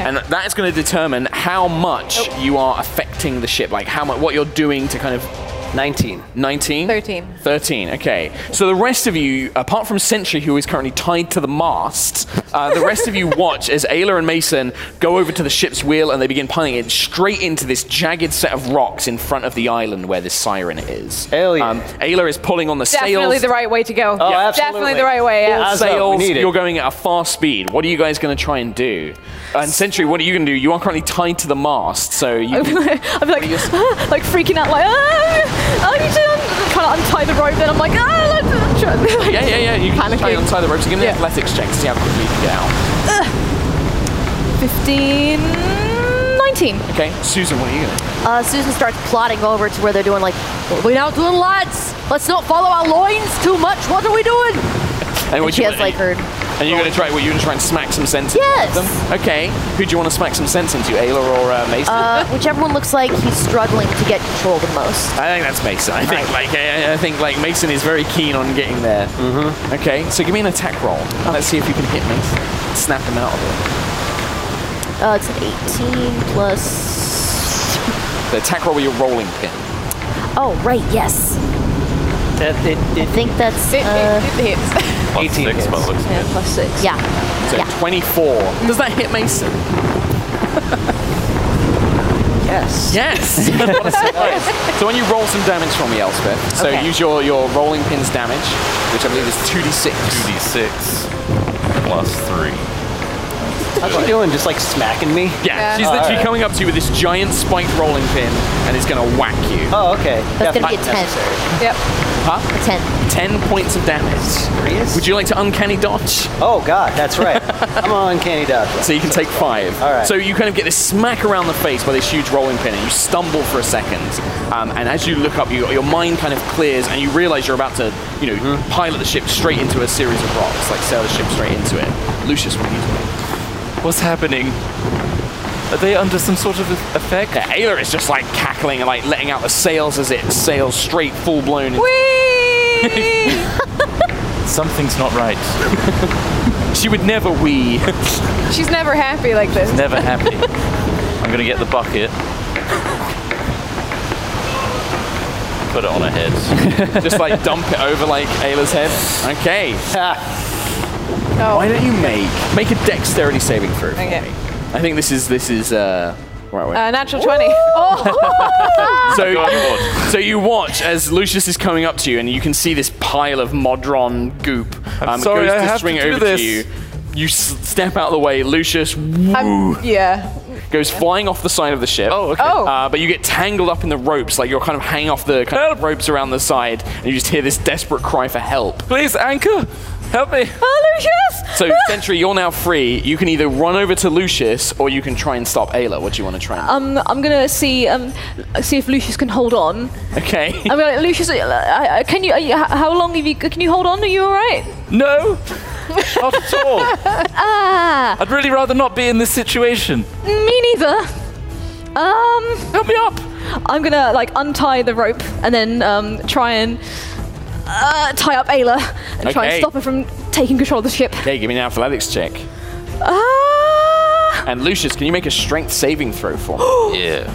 S2: And that is going to determine how much you are affecting the ship, like how much what you're doing to kind of
S7: 19.
S2: 19?
S6: 13.
S2: 13, okay. So the rest of you, apart from Sentry, who is currently tied to the mast, uh, the rest of you watch as Ayla and Mason go over to the ship's wheel and they begin piling it straight into this jagged set of rocks in front of the island where this siren is. Um,
S7: Hell yeah.
S2: Ayla is pulling on the
S6: Definitely
S2: sails.
S6: the right way to go.
S7: Oh,
S6: Definitely
S7: absolutely.
S6: the right way. Yeah.
S7: Full As up, we
S2: sails,
S7: need it.
S2: you're going at a fast speed. What are you guys going to try and do? And Sentry, what are you going to do? You are currently tied to the mast, so you
S4: I'd be like, like freaking out, like, ah, I need to un-" trying to untie the rope. Then I'm like, ah, let's, try-"
S2: Yeah, yeah, yeah. You can try
S4: Panicking.
S2: and tie the ropes. Give me an athletics check to see how quickly you can get out.
S6: 15, 19.
S2: Okay, Susan, what are you going to do?
S8: Uh, Susan starts plotting over to where they're doing like, what are we now doing, lads? Let's not follow our loins too much. What are we doing?
S2: And what
S8: She
S2: you
S8: has
S2: gonna-
S8: like her.
S2: And you're going to try, what, you're going to try and smack some sense
S8: Yes.
S2: into them? Okay. Who do you want to smack some sense into, Ayla or uh, Mason?
S8: Uh, whichever one looks like he's struggling to get control the most.
S2: I think that's Mason. I think like I, I think like Mason is very keen on getting there. Mm-hmm. Okay, so give me an attack roll.
S8: Oh.
S2: Let's see if you can hit Mason. Snap him out of it.
S8: Uh, it's an 18 plus.
S2: The attack roll with your rolling pin.
S8: Oh, right, yes.
S7: That, it,
S8: I think that's.
S6: It,
S8: Uh,
S6: it, it hits.
S3: Plus
S7: 18
S3: six,
S7: hits.
S3: by the looks of it.
S4: plus six.
S8: yeah.
S2: So
S8: Yeah. Mm.
S2: 24. Does that hit Mason?
S4: Yes.
S2: Yes. What a surprise. so when you roll some damage for me, Elspeth. So
S8: Okay.
S2: use your, your rolling pins damage, which I believe is 2d6.
S3: 2d6 plus 3.
S7: how's she doing? Just like smacking me?
S2: Yeah, she's literally coming up to you with this giant spiked rolling pin and is going to whack you.
S7: Oh, okay.
S8: That's gonna be a
S7: Definitely
S8: 10.
S7: necessary.
S6: Yep.
S8: A 10.
S2: 10 points of damage.
S7: Serious?
S2: Would you like to uncanny dodge?
S7: Oh God, that's right. I'm on uncanny dodge.
S2: So you can take five.
S7: All right.
S2: So you kind of get this smack around the face by this huge rolling pin, and you stumble for a second. Um, and as you look up, you, your mind kind of clears, and you realize you're about to, you know,
S7: Mm-hmm.
S2: pilot the ship straight into a series of rocks, like sail the ship straight into it. Lucius, what are you doing?
S3: What's happening? Are they under some sort of effect?
S2: Yeah, Ayla is just like cackling and like letting out the sails as it sails straight, full blown.
S3: Something's not right.
S2: She would never wee.
S6: She's never happy like this.
S3: Never happy. I'm gonna get the bucket. Put it on her head.
S2: just like dump it over like Ayla's head. Okay.
S6: Oh. No.
S2: Why don't you make make a dexterity saving throw? for
S6: Okay.
S2: me. I think this is this is uh right way.
S6: Uh, natural 20. Oh,
S2: so, you, so you watch as Lucius is coming up to you, and you can see this pile of Modron goop. um,
S3: I'm sorry,
S2: goes
S3: I have to
S2: swing
S3: do
S2: over
S3: this.
S2: to you. You s- step out of the way. Lucius
S6: I'm- Oh. yeah.
S2: goes flying off the side of the ship. Oh, okay.
S6: Oh.
S2: Uh, but you get tangled up in the ropes, like you're kind of hanging off the kind of ropes around the side, and you just hear this desperate cry for help.
S3: Please, anchor! Help me!
S6: Oh, Lucius!
S2: So, Sentry, you're now free. You can either run over to Lucius, or you can try and stop Ayla. What do you want to try? And
S4: Um, I'm gonna see um, see if Lucius can hold on.
S2: do? Okay.
S4: I'm gonna, Lucius, uh, uh, can you? Are you h- how long have you? Can you hold on? Are you all right?
S3: No! Not at all! I'd really rather not be in this situation.
S4: Me neither. Um,
S3: Help me up!
S4: I'm gonna like untie the rope and then um, try and uh, tie up Ayla and try
S2: Okay.
S4: and stop her from taking control of the ship.
S2: Okay, give me an athletics check.
S4: Ah,
S2: And Lucius, can you make a strength saving throw for me?
S3: Yeah.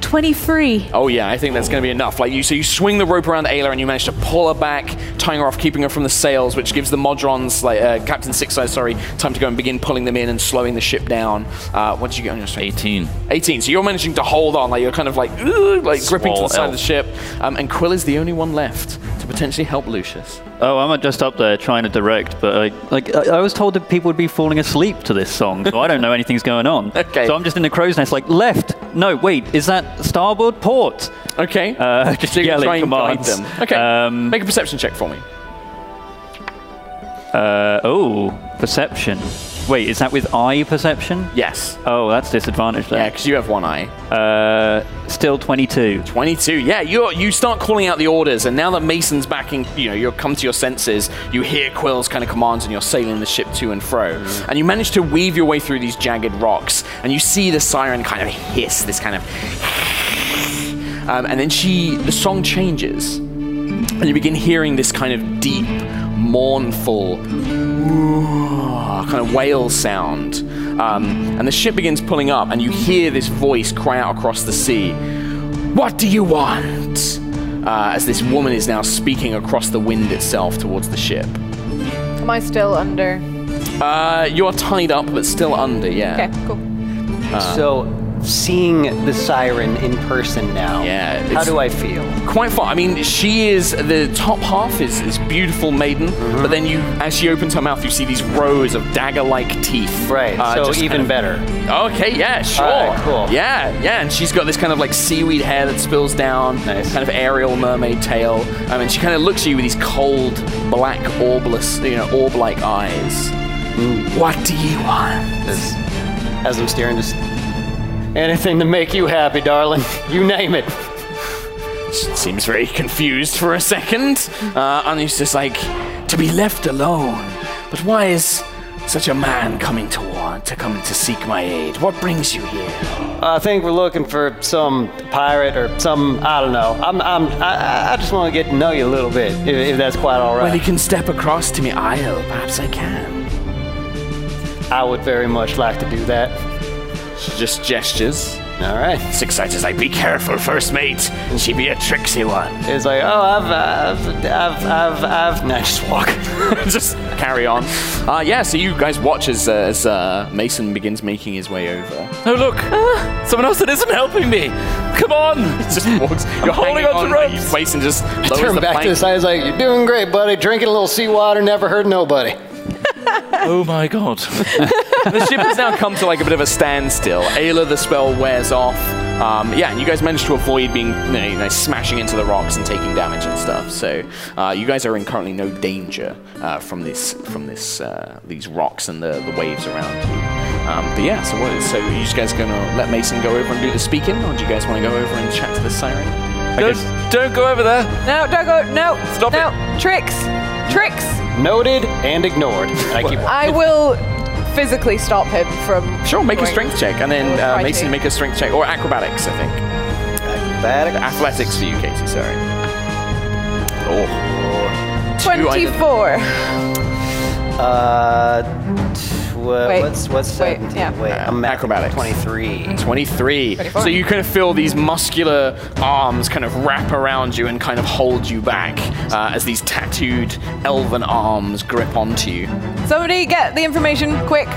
S4: 23.
S2: Oh yeah, I think that's going to be enough. Like you, so you swing the rope around Ayla and you manage to pull her back, tying her off, keeping her from the sails, which gives the Modrons, like uh, Captain Six Eyes, sorry, time to go and begin pulling them in and slowing the ship down. Uh, what did you get on your strength?
S3: 18.
S2: 18. So you're managing to hold on, like you're kind of like, "Ooh," like gripping to the
S3: Swole
S2: side of the ship.
S3: elf.
S2: Um, and Quill is the only one left to potentially help Lucius.
S1: Oh, I'm just up there trying to direct, but I, like I, I was told that people would be falling asleep to this song, so I don't know anything's going on.
S2: Okay.
S1: So I'm just in the crow's nest, like left. No, wait, is that starboard port?
S2: Okay.
S1: Uh, just
S2: so you can
S1: yelling
S2: try and guide
S1: commands.
S2: them. Okay.
S1: Um,
S2: Make a perception check for me.
S1: uh, oh, perception. Wait, is that with eye perception?
S2: Yes.
S1: Oh, that's disadvantage
S2: Yeah,
S1: there.
S2: because you have one eye.
S1: Uh, still 22.
S2: 22. Yeah, you you start calling out the orders, and now that Mason's backing, you know, you've come to your senses. You hear Quill's kind of commands, and you're sailing the ship to and fro. And you manage to weave your way through these jagged rocks, and you see the siren kind of hiss, this kind of, um, and then she, the song changes, and you begin hearing this kind of deep, mournful a kind of wail sound. Um, and the ship begins pulling up, and you hear this voice cry out across the sea What do you want? Uh, as this woman is now speaking across the wind itself towards the ship.
S6: Am I still under?
S2: Uh, you're tied up, but still under, yeah.
S6: Okay, cool.
S2: Um,
S7: so, seeing the siren in person now,
S2: Yeah,
S7: how
S2: it's-
S7: do I feel?
S2: Quite far. I mean, she is the top half is this beautiful maiden,
S7: Mm-hmm.
S2: but then you, as she opens her mouth, you see these rows of dagger-like teeth.
S7: Right,
S2: Uh,
S7: so
S2: just kind
S7: even
S2: of-
S7: better.
S2: Okay, yeah, sure.
S7: Alright, cool.
S2: Yeah, yeah, and she's got this kind of like seaweed hair that spills down,
S7: Nice.
S2: kind of aerial mermaid tail. I mean, she kind of looks at you with these cold, black, orbless, you know, orb-like eyes. What do you want?
S7: As, as I'm staring, just anything to make you happy, darling. You name it.
S2: She seems very confused for a second, uh, and he's just like, to be left alone. But why is such a man coming toward to come to seek my aid? What brings you here?
S7: I think we're looking for some pirate or some I don't know. I'm, I'm I, I- I just want to get to know you a little bit, if, if that's quite all
S2: Well, you
S7: right.
S2: can step across to me, Isle. Perhaps I can.
S7: I would very much like to do that.
S2: She just gestures.
S7: All right.
S2: Six Sides is like, be careful, first mate. She be a tricksy one.
S7: It's like, oh, I've, I've, I've, I've, I've. No, just walk.
S2: Just carry on. Uh, yeah, so you guys watch as, uh, as uh, Mason begins making his way over. Oh, look! Someone else that isn't helping me! Come on! He just walks. You're holding
S7: hanging
S2: on
S7: on,
S2: to ropes! Mason just lowers
S7: Turn
S2: the
S7: back
S2: plank.
S7: to the side. It's like, you're doing great, buddy. Drinking a little seawater never hurt nobody.
S3: Oh my god.
S2: the ship has now come to like a bit of a standstill. Ayla, the spell wears off. Um, yeah, and you guys managed to avoid being, you know, you know, smashing into the rocks and taking damage and stuff. So uh, you guys are in currently no danger uh, from this, from this, uh, these rocks and the, the waves around you. Um, but yeah, so what? So are you guys gonna let Mason go over and do the speaking, or do you guys want to go over and chat to the siren? I guess-
S3: don't, don't go over there.
S6: No, don't go. No,
S3: Stop
S6: no. Tricks, tricks.
S7: Noted and ignored. And I keep walking.
S6: I will physically stop him from.
S2: Sure, make a
S6: going-
S2: strength check, and then
S6: Try
S2: uh,
S6: to.
S2: Mason make a strength check or acrobatics, I think. Athletics for you, Katie. Sorry. Oh. Two either-
S6: Twenty-four.
S7: Uh, tw-
S6: Wait.
S7: what's what's
S6: Wait,
S7: 17?
S6: yeah.
S7: Wait, I'm at
S2: Acrobatics.
S7: 23.
S2: 23. So you kind of feel these muscular arms kind of wrap around you and kind of hold you back uh, as these tattooed elven arms grip onto you.
S6: Somebody get the information quick,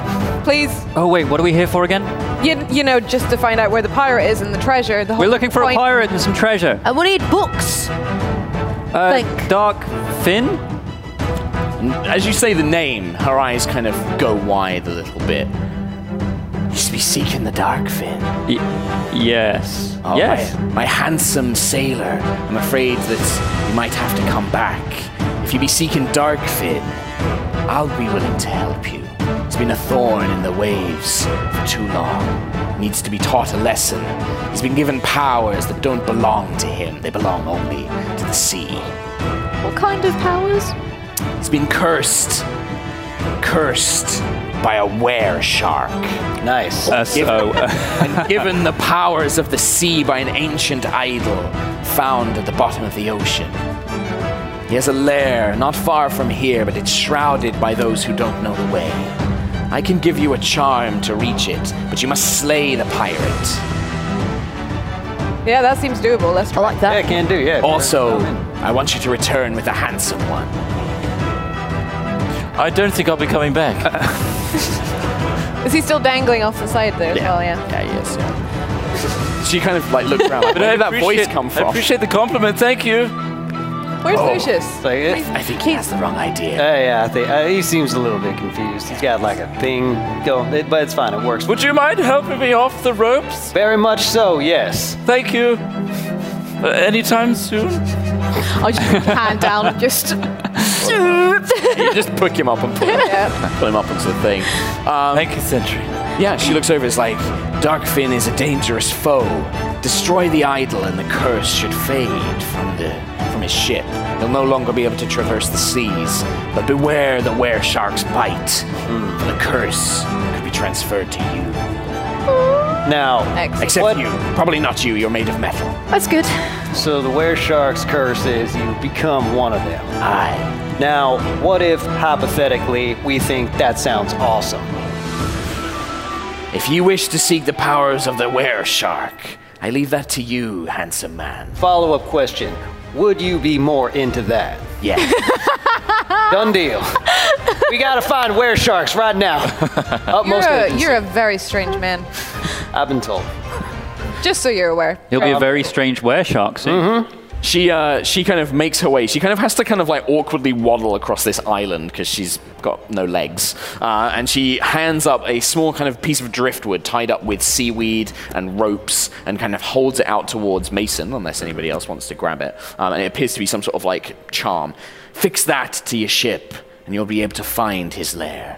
S6: please.
S1: Oh wait, what are we here for again?
S6: You, you know, just to find out where the pirate is and the treasure. The whole
S1: We're looking for a
S6: point-
S1: pirate and some treasure.
S8: And we need books.
S1: Uh,
S8: Think.
S1: Dark Finn.
S2: As you say the name, her eyes kind of go wide a little bit. You should be seeking the dark fin.
S1: Y- yes.
S2: Oh,
S1: yes.
S2: My, my handsome sailor. I'm afraid that you might have to come back. If you be seeking Darkfin, I'll be willing to help you. It's been a thorn in the waves for too long. Needs to be taught a lesson. He's been given powers that don't belong to him, they belong only to the sea.
S8: What kind of powers?
S2: He's been cursed. Cursed by a were shark.
S7: Nice.
S1: Uh, so, uh,
S2: and given the powers of the sea by an ancient idol found at the bottom of the ocean. He has a lair not far from here, but it's shrouded by those who don't know the way. I can give you a charm to reach it, but you must slay the pirate.
S6: Yeah, that seems doable. Let's
S8: I
S6: try.
S8: like that.
S7: yeah, can do. Yeah.
S2: Also, I want you to return with a handsome one.
S3: I don't think I'll be coming back.
S6: Is he still dangling off the side there as well? Yeah.
S2: Yeah, yes, yeah. She kind of like looks around. Like, Where did that voice
S3: appreciate-
S2: come
S3: I
S2: from?
S3: appreciate the compliment. Thank you.
S6: Where's Lucius?
S7: It's like, it,
S2: I think he has the wrong idea.
S7: uh, yeah, I think uh, he seems a little bit confused. He's got like a thing going, it, but it's fine. It works.
S3: Would you mind helping me off the ropes?
S7: Very much so. Yes.
S3: Thank you. Uh, anytime soon?
S4: I'll just put my hand down and just.
S2: you just pick him up and pull him, pull him up onto the thing. Um,
S3: Thank you, Sentry.
S2: Yeah, she looks over. It's like Darkfin is a dangerous foe. Destroy the idol, and the curse should fade from the from his ship. He'll no longer be able to traverse the seas. But beware the were sharks bite, for the curse could be transferred to you.
S7: Now,
S6: Excellent.
S2: Except
S7: What?
S2: you, probably not you. You're made of metal.
S8: That's good.
S7: so the were shark's curse is you become one of them.
S2: I.
S7: Now, what if hypothetically we think that sounds awesome?
S2: If you wish to seek the powers of the were shark, I leave that to you, handsome man.
S7: Follow up question Would you be more into that?
S2: Yeah.
S7: Done deal. we gotta find were sharks right now.
S6: You're
S7: Utmost
S6: a,
S7: urgency,
S6: you're a very strange man.
S7: I've been told.
S6: Just so you're aware.
S1: He'll be a very strange wereshark soon.
S2: She uh, she kind of makes her way. She kind of has to kind of like awkwardly waddle across this island because she's got no legs. Uh, and she hands up a small kind of piece of driftwood tied up with seaweed and ropes, and kind of holds it out towards Mason, unless anybody else wants to grab it. Um, and it appears to be some sort of like charm. Fix that to your ship, and you'll be able to find his lair.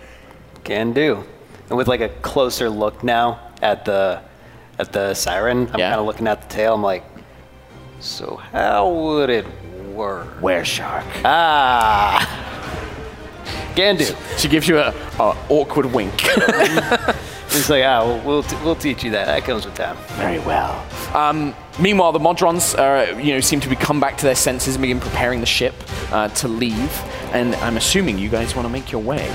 S7: Can do. And with like a closer look now at the at the siren, I'm
S2: Yeah.
S7: kind of looking at the tail. I'm like, so how would it work?
S2: Where shark?
S7: Ah, can do.
S2: She gives you a, a awkward wink.
S7: It's like, ah, we'll we'll, t- we'll teach you that. That comes with time.
S2: Very well. Um, meanwhile, the Modrons, uh, you know, seem to be come back to their senses and begin preparing the ship uh, to leave. And I'm assuming you guys want to make your way.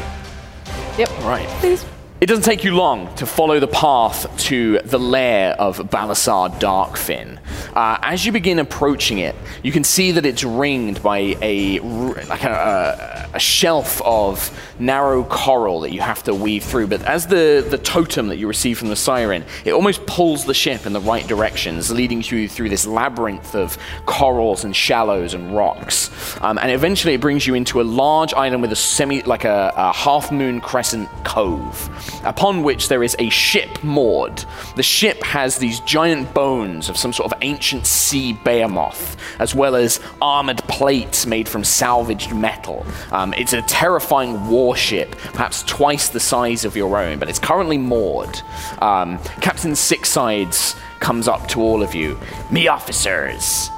S6: Yep.
S2: All right. Please. It doesn't take you long to follow the path to the lair of Balasar Darkfin. Uh, as you begin approaching it, you can see that it's ringed by a r- like a, a shelf of narrow coral that you have to weave through. But as the, the totem that you receive from the siren, it almost pulls the ship in the right directions, leading you through this labyrinth of corals and shallows and rocks. Um, and eventually, it brings you into a large island with a semi, like a, a half moon crescent cove, upon which there is a ship moored. The ship has these giant bones of some sort of ancient sea behemoth, as well as armored plates made from salvaged metal. Um, it's a terrifying warship, perhaps twice the size of your own, but it's currently moored. Um, Captain Six Sides comes up to all of you. Me officers,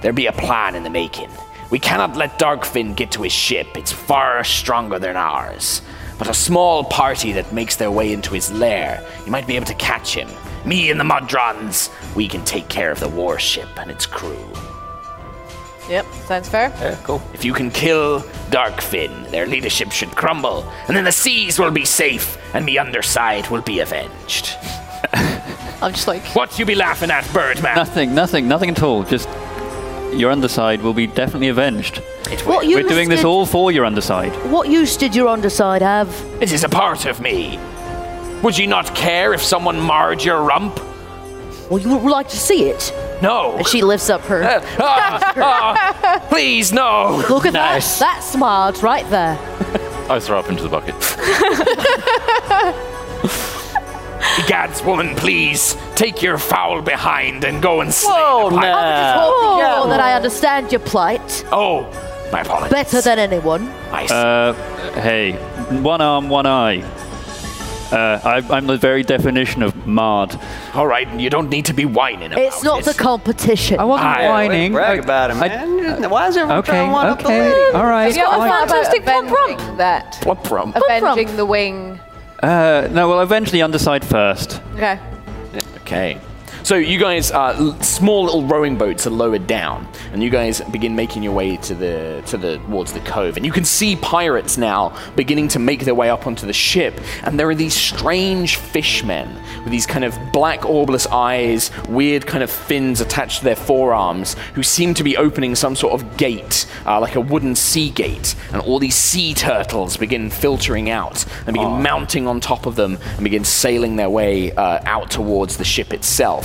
S2: there be a plan in the making. We cannot let Darkfin get to his ship. It's far stronger than ours. But a small party that makes their way into his lair, you might be able to catch him. Me and the Mudrons, we can take care of the warship and its crew.
S6: Yep, sounds fair.
S2: If you can kill Darkfin, their leadership should crumble, and then the seas will be safe, and me underside will be avenged.
S6: I'm just like,
S2: What you be laughing at, Birdman?
S1: Nothing, nothing, nothing at all. Just your underside will be definitely avenged.
S2: It will.
S8: What you
S1: We're doing this
S8: listed-
S1: all for your underside.
S8: What use did your underside have?
S2: It is a part of me. Would you not care if someone marred your rump?
S8: Well, you would like to see it.
S2: No.
S8: And she lifts up her.
S2: Ah, ah, please, no.
S8: Look at
S3: Nice.
S8: that. That's smart right there.
S3: I throw up into the bucket.
S2: Gads, woman, please take your fowl behind and go and slay
S7: Whoa,
S2: the pi-
S7: now.
S8: Oh, that I understand your plight
S2: Oh, my apologies.
S8: better than anyone.
S2: I s-
S1: Uh, hey, one arm, one eye. Uh, I, I'm the very definition of marred.
S2: All right, you don't need to be whining about
S8: It's not
S2: it.
S8: the competition.
S1: wasn't
S2: I-
S7: Don't brag about him,
S1: I-
S7: man. Why is everyone
S1: Okay,
S7: trying to wind up the lady?
S1: okay, all right.
S6: yeah,
S1: fine.
S6: I
S8: Fantastic
S6: about
S8: pop romp.
S6: avenging that.
S2: What from?
S6: Avenging the wing.
S1: Uh, no, well, eventually underside first.
S6: Okay.
S2: Okay. So you guys, uh, l- small little rowing boats are lowered down, and you guys begin making your way to the to the towards the cove, and you can see pirates now beginning to make their way up onto the ship, and there are these strange fishmen with these kind of black orbless eyes, weird kind of fins attached to their forearms, who seem to be opening some sort of gate, uh, like a wooden sea gate, and all these sea turtles begin filtering out and begin mounting on top of them and begin sailing their way uh, out towards the ship itself.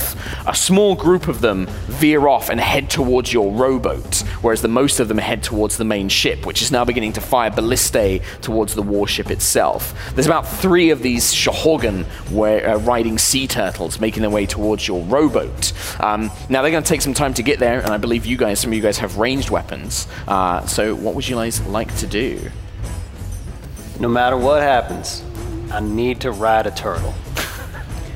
S2: A small group of them veer off and head towards your rowboat, whereas the most of them head towards the main ship, which is now beginning to fire ballistae towards the warship itself. There's about three of these Shahorgan where, uh, riding sea turtles making their way towards your rowboat. Um, now they're going to take some time to get there, and I believe you guys, some of you guys, have ranged weapons. Uh, so what would you guys like to do?
S7: No matter what happens, I need to ride a turtle.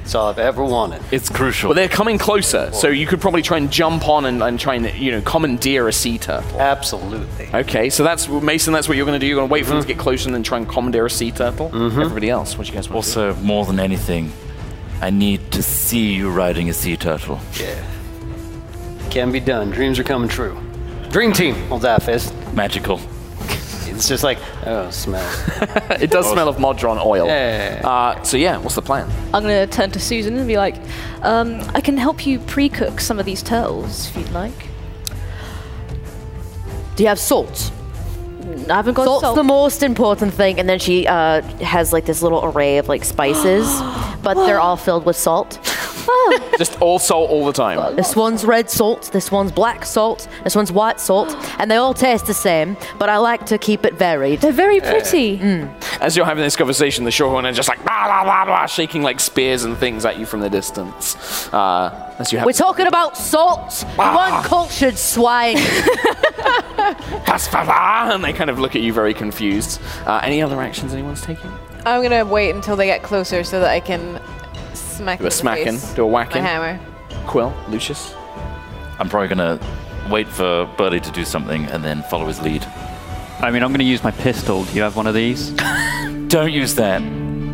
S7: It's all I've ever wanted.
S3: It's crucial.
S2: Well, they're coming closer, so you could probably try and jump on and, and try and you know commandeer a sea turtle.
S7: Absolutely.
S2: Okay, so that's Mason. That's what you're going to do. You're going to wait for them to get closer and then try and commandeer a sea turtle. Everybody else, what do you guys want? to do?
S3: also, more than anything, I need to see you riding a sea turtle.
S7: Yeah. Can be done. Dreams are coming true. Dream team. Hold that fist.
S3: Magical.
S7: It's just like, oh, smells.
S2: it does smell of Modron oil.
S7: Yeah.
S2: Uh, so yeah, what's the plan?
S4: I'm going to turn to Susan and be like, um, I can help you pre cook some of these turtles if you'd like.
S5: Do you have salt?
S8: I haven't got
S5: Salt's
S6: Oh.
S8: salt.
S5: the
S8: most important thing. And then she uh, has like this little array of like spices, but they're all filled with salt.
S2: Just all salt all the time.
S5: This one's red salt, this one's black salt, this one's white salt, and they all taste the same, but I like to keep it varied.
S4: They're very pretty.
S2: As you're having this conversation, the Shorehorn are just like blah, blah, blah, blah, shaking like spears and things at you from the distance. Uh, as you have
S5: We're talking about salt, you
S2: Ah.
S5: uncultured swine.
S2: and they kind of look at you very confused. Uh, any other actions anyone's taking?
S6: I'm gonna wait until they get closer so that I can smack.
S2: Do a
S6: them in the
S2: smacking,
S6: face.
S2: do a whacking.
S5: Uh-huh.
S6: My hammer.
S2: Quill, Lucius.
S3: I'm probably gonna wait for Burley to do something and then follow his lead.
S1: I mean, I'm going to use my pistol. Do you have one of these?
S3: Don't use that.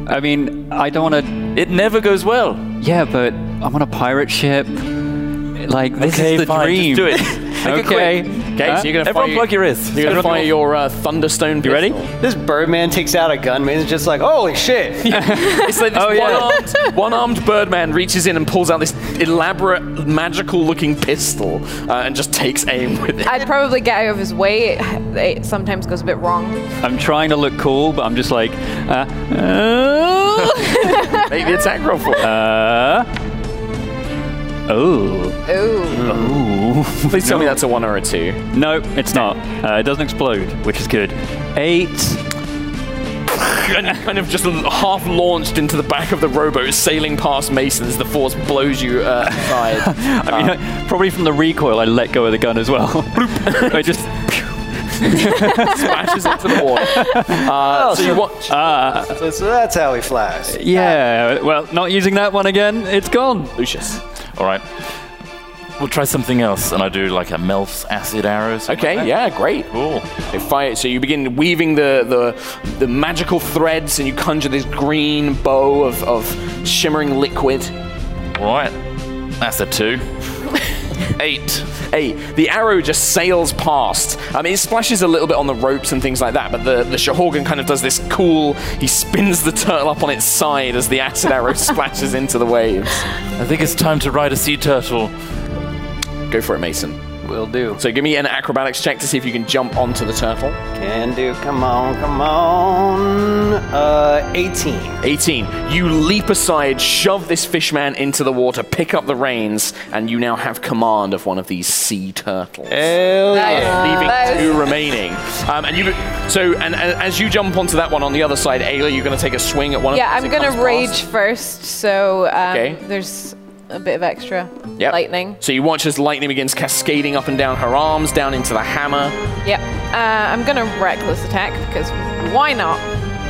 S1: I mean, I don't want to.
S3: It never goes well.
S1: Yeah, but I'm on a pirate ship. Like this
S3: Okay,
S1: is the
S3: fine,
S1: dream.
S3: just do it. Make it
S1: okay.
S2: Okay,
S1: Huh?
S2: so you're gonna
S3: Everyone
S2: fire,
S3: plug your ears.
S2: You're gonna fire your uh, Thunderstone.
S1: You ready?
S2: pistol.
S7: This Birdman takes out a gun, man. It's just like, holy shit.
S2: It's like this one-armed, one-armed Birdman reaches in and pulls out this elaborate, magical-looking pistol uh, and just takes aim with it.
S6: I'd probably get out of his way. It, it sometimes goes a bit wrong.
S1: I'm trying to look cool, but I'm just like, uh, uh,
S2: Make the attack roll for it.
S1: uh, oh,
S6: Ooh.
S2: Please tell me that's a one or a two.
S1: no, it's not. Uh, it doesn't explode, which is good. Eight.
S2: and you kind of just half launched into the back of the rowboat, sailing past Mason as the force blows you uh, aside.
S1: I mean, probably from the recoil, I let go of the gun as well. Bloop. I just.
S2: Smashes into the water. Uh, so you watch.
S7: So, so that's how he flies.
S1: Yeah, well, not using that one again. It's gone.
S2: Lucius.
S3: All right. We'll try something else, and I do like a Melf's acid arrow. something
S2: Okay,
S3: like that.
S2: yeah, great.
S3: Cool.
S2: They fire, so you begin weaving the, the, the magical threads and you conjure this green bow of, of shimmering liquid.
S3: All right. That's a two. Eight.
S2: Hey, the arrow just sails past. I mean, it splashes a little bit on the ropes and things like that, but the, the Shahorgan kind of does this cool, he spins the turtle up on its side as the acid arrow splashes into the waves.
S3: I think it's time to ride a sea turtle.
S2: Go for it, Mason.
S7: Will do.
S2: So give me an acrobatics check to see if you can jump onto the turtle.
S7: Can do. Come on, come on. Uh, 18.
S2: 18. You leap aside, shove this fishman into the water, pick up the reins, and you now have command of one of these sea turtles. Uh,
S7: Hell
S2: leaving
S6: Nice.
S2: two remaining. Um, and you so and, and as you jump onto that one on the other side, Ayla, you're going to take a swing at one
S6: Yeah,
S2: of
S6: I'm
S2: them. as it
S6: gonna
S2: comes
S6: rage
S2: past.
S6: first, so um,
S2: Okay.
S6: there's a bit of extra
S2: Yep.
S6: lightning.
S2: So you watch as lightning begins cascading up and down her arms, down into the hammer.
S6: Yep. Uh, I'm gonna reckless attack because why not?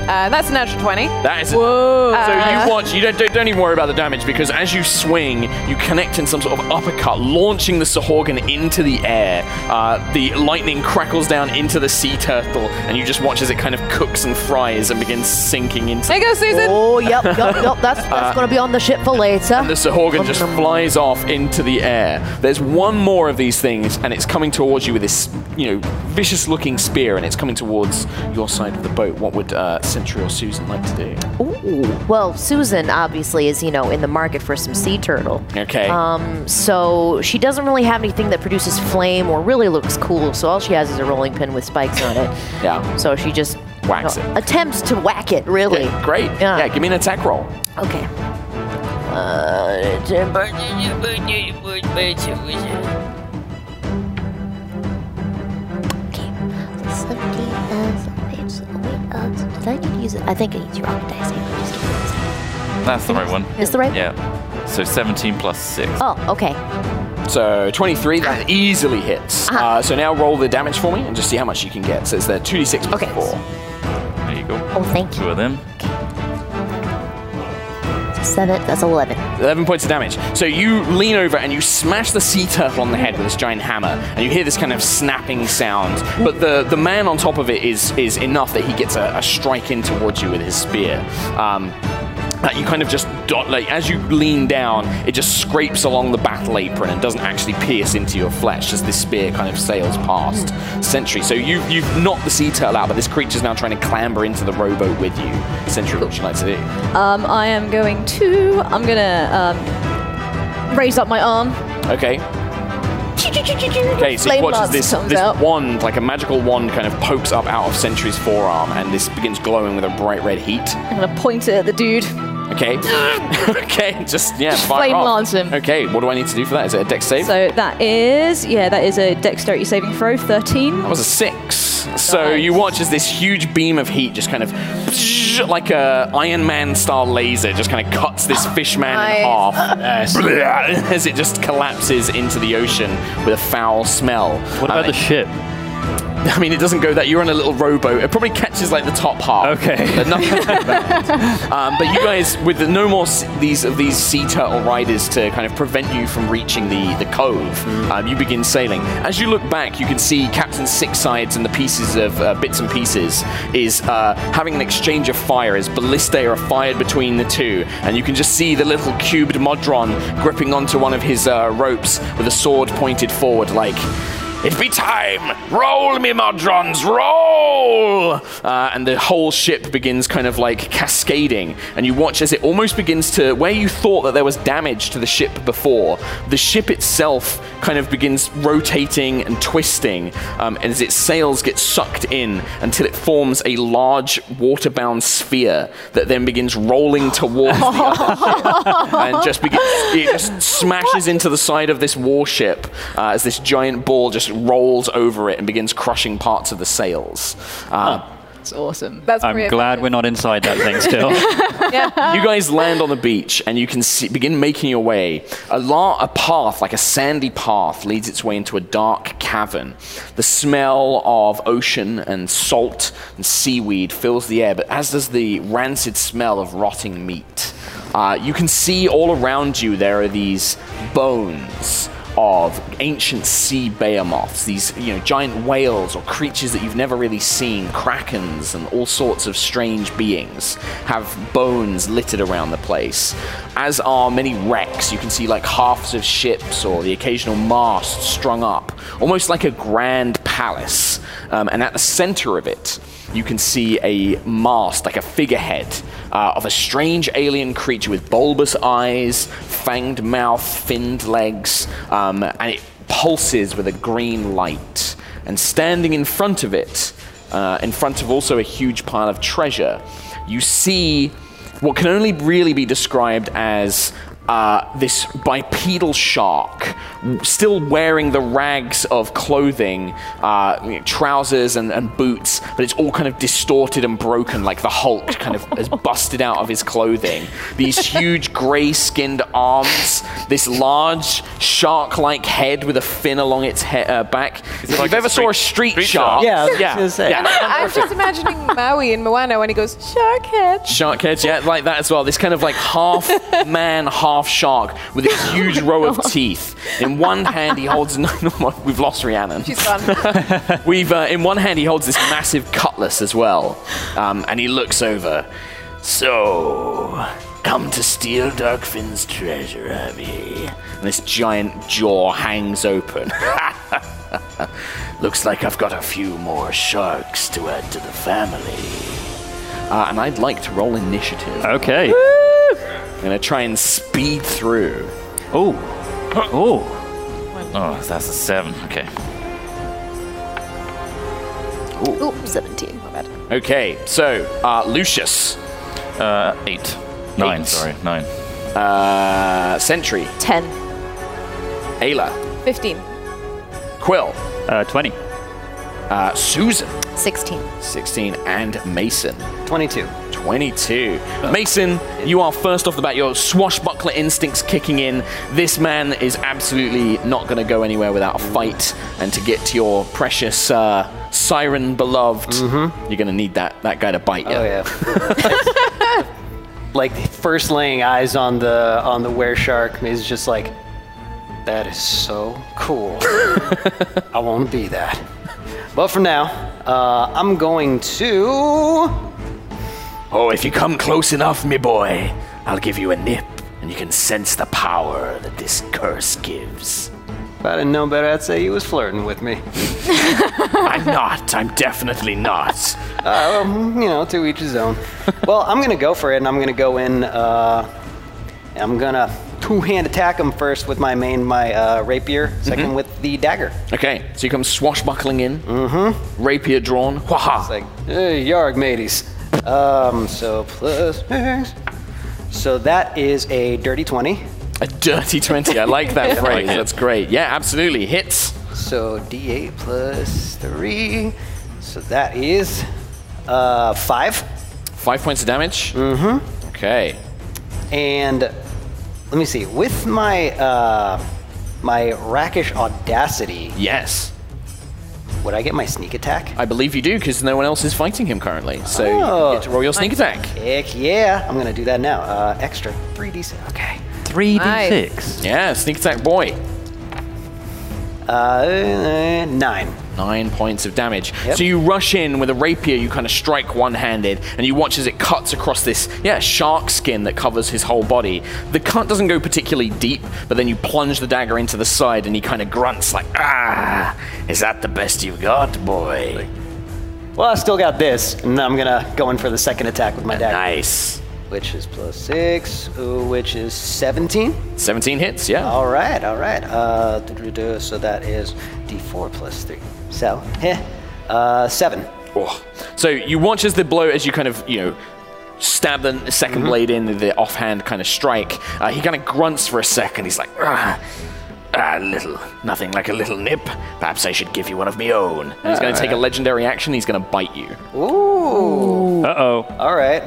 S6: Uh, that's a natural 20.
S2: That is Whoa. So you watch, you don't, don't, don't even worry about the damage because as you swing, you connect in some sort of uppercut, launching the Sahorgan into the air. Uh, the lightning crackles down into the sea turtle, and you just watch as it kind of cooks and fries and begins sinking into.
S6: There you go, Susan.
S5: oh, yep, yep, yep. That's, that's
S2: Ah.
S5: going to be on the ship for later.
S2: The Sahorgan just flies off into the air. There's one more of these things, and it's coming towards you with this, you know, vicious-looking spear, and it's coming towards your side of the boat. What would uh, Sentry or Susan like to do?
S8: Ooh. Well, Susan obviously is, you know, in the market for some sea turtle.
S2: Okay.
S8: Um, so she doesn't really have anything that produces flame or really looks cool. So all she has is a rolling pin with spikes on it.
S2: Yeah.
S8: So she just
S2: Whacks it.
S8: attempts to whack it. Really.
S2: Great.
S8: Yeah.
S2: yeah. Give me an attack roll.
S8: Okay. Uh, Timber. Did I need to use it? I think I need to roll the dice. I can just keep this.
S3: That's the right one.
S8: Is the right?
S3: Yeah. So 17 plus six.
S8: Oh, okay.
S2: So 23, that easily hits.
S8: Uh-huh.
S2: uh so now roll the damage for me and just see how much you can get. So it's the 2d6 plus
S8: Okay.
S2: 4.
S3: There you go.
S8: Oh, thank
S3: Two
S8: you.
S3: of them.
S8: Seven. That's eleven.
S2: 11 points of damage. So you lean over and you smash the sea turtle on the head with this giant hammer, and you hear this kind of snapping sound. But the, the man on top of it is, is enough that he gets a, a strike in towards you with his spear. Um, that you kind of just dot like as you lean down, it just scrapes along the battle apron and doesn't actually pierce into your flesh as this spear kind of sails past Sentry. So you you've knocked the sea turtle out, but this creature's now trying to clamber into the rowboat with you. Sentry, what would you like to do?
S4: Um, I am going to. I'm gonna um, raise up my arm.
S2: Okay. Okay, so you
S4: Flame
S2: watch as
S4: lance
S2: this,
S4: comes
S2: this
S4: out.
S2: wand, like a magical wand, kind of pokes up out of Sentry's forearm, and this begins glowing with a bright red heat.
S4: I'm gonna point it at the dude.
S2: Okay. okay, just, yeah, fire
S4: flame
S2: off.
S4: lance him.
S2: Okay, what do I need to do for that? Is it a dex save?
S4: So that is yeah, that is a dexterity saving throw, thirteen.
S2: That was a six. So you watch as this huge beam of heat just kind of like a Iron Man style laser just kind of cuts this fish man in half as it just collapses into the ocean with a foul smell.
S1: What about the ship?
S2: I mean, it doesn't go that. You're on a little rowboat. It probably catches like the top half.
S1: Okay.
S2: But nothing like that. Um, but you guys, with the, no more s- these of these sea turtle riders to kind of prevent you from reaching the the cove, um, you begin sailing. As you look back, you can see Captain Six Sides and the pieces of uh, bits and pieces is uh, having an exchange of fire as ballistae are fired between the two, and you can just see the little cubed modron gripping onto one of his uh, ropes with a sword pointed forward, like. It be time! Roll me, Modrons, roll! Uh, and the whole ship begins kind of like cascading, and you watch as it almost begins to. Where you thought that there was damage to the ship before, the ship itself kind of begins rotating and twisting um, as its sails get sucked in until it forms a large waterbound sphere that then begins rolling towards the other ship and just begins. It just smashes into the side of this warship uh, as this giant ball just rolls over it and begins crushing parts of the sails. Uh,
S4: That's awesome.
S6: That's
S1: I'm
S6: pretty
S1: glad we're not inside that thing still.
S2: you guys land on the beach and you can see, begin making your way. A, la- a path, like a sandy path, leads its way into a dark cavern. The smell of ocean and salt and seaweed fills the air, but as does the rancid smell of rotting meat. Uh, you can see all around you there are these bones of ancient sea behemoths, these you know giant whales or creatures that you've never really seen, krakens and all sorts of strange beings have bones littered around the place. As are many wrecks. You can see like halves of ships or the occasional mast strung up, almost like a grand palace. Um, and at the center of it, you can see a mast, like a figurehead, uh, of a strange alien creature with bulbous eyes, fanged mouth, finned legs, um, and it pulses with a green light. And standing in front of it, uh, in front of also a huge pile of treasure, you see what can only really be described as uh, this bipedal shark, w- still wearing the rags of clothing, uh, you know, trousers and, and boots, but it's all kind of distorted and broken, like the Hulk kind of has busted out of his clothing. These huge grey skinned arms, this large shark like head with a fin along its he- uh, back. If
S3: it
S2: you
S3: like a
S2: ever saw a street, shark,
S7: Yeah, I was
S2: yeah,
S7: gonna say.
S2: yeah,
S6: I'm just imagining Maui in Moana when he goes shark head.
S2: Shark heads, yeah, like that as well. This kind of like half man, half shark with a huge row of teeth. In one hand, he holds. No, no, no, we've lost Rhiannon.
S6: She's gone.
S2: We've uh, in one hand, he holds this massive cutlass as well, um, and he looks over. So, come to steal Darkfin's treasure, have ye? And this giant jaw hangs open. Looks like I've got a few more sharks to add to the family. Uh, and I'd like to roll initiative.
S3: Uh.
S1: okay.
S2: I'm gonna try and speed through.
S1: Oh. Oh.
S3: Oh, that's a seven. Okay.
S8: Ooh, 17. My bad.
S2: Okay, so uh, Lucius,
S3: Uh, eight. Nine,
S2: Eight.
S3: sorry. Nine.
S2: uh, Sentry,
S8: Ten.
S2: Ayla,
S6: 15.
S2: Quill,
S1: Uh, 20.
S2: uh, Susan,
S8: Sixteen.
S2: 16, and Mason,
S7: 22.
S2: 22. Mason, you are first off the bat. Your swashbuckler instincts kicking in. This man is absolutely not gonna go anywhere without a fight. And to get to your precious uh, siren beloved, you're gonna need that that guy to bite you.
S7: Mm-hmm. Oh yeah. like first laying eyes on the on the were shark is just like that is so cool. I want to be that. But for now, uh, I'm going to
S2: Oh, if you come close enough, me boy, I'll give you a nip, and you can sense the power that this curse gives.
S7: If I didn't know better, I'd say you was flirting with me.
S2: I'm not. I'm definitely not.
S7: Uh, well, you know, to each his own. well, I'm gonna go for it, and I'm gonna go in. Uh, I'm gonna two-hand attack him first with my main, my uh, rapier. 2nd with the dagger.
S2: Okay, so you come swashbuckling in, mm-hmm. rapier drawn. Whaha!
S7: It's like, hey, yarg, mateys. Um, so plus. So that is a dirty twenty.
S2: A dirty 20. I like that phrase. That's great. Yeah, absolutely. Hits.
S7: So D8 plus three. So that is uh, five.
S2: Five points of damage. Mm-hmm. Okay.
S7: And let me see. With my uh, my rackish audacity,
S2: Yes.
S7: would I get my sneak attack?
S2: I believe you do, because no one else is fighting him currently. So
S7: Oh.
S2: you get to roll your sneak attack.
S7: Heck yeah! I'm gonna do that now. Uh, extra three d6. Okay.
S1: 3d6.
S2: Yeah, sneak attack boy.
S7: Uh, nine.
S2: Nine points of damage.
S7: Yep.
S2: So you rush in with a rapier, you kind of strike one handed, and you watch as it cuts across this, yeah, shark skin that covers his whole body. The cut doesn't go particularly deep, but then you plunge the dagger into the side, and he kind of grunts, like, ah, is that the best you've got, boy?
S7: Well, I still got this, and then I'm gonna go in for the second attack with my dagger,
S2: Nice.
S7: which is plus six, ooh, which is seventeen.
S2: 17 hits, yeah.
S7: All right, all right. Uh, duh, duh, duh, so that is D4 plus three. So, heh, uh, seven.
S2: Oh. So you watch as the blow, as you kind of, you know, stab the 2nd blade in with the offhand kind of strike. Uh, he kind of grunts for a second. He's like, ah, ah, little, nothing like a little nip. Perhaps I should give you one of my own. And he's going to take a legendary action. He's going to bite you.
S7: Ooh.
S1: Uh oh.
S7: All right.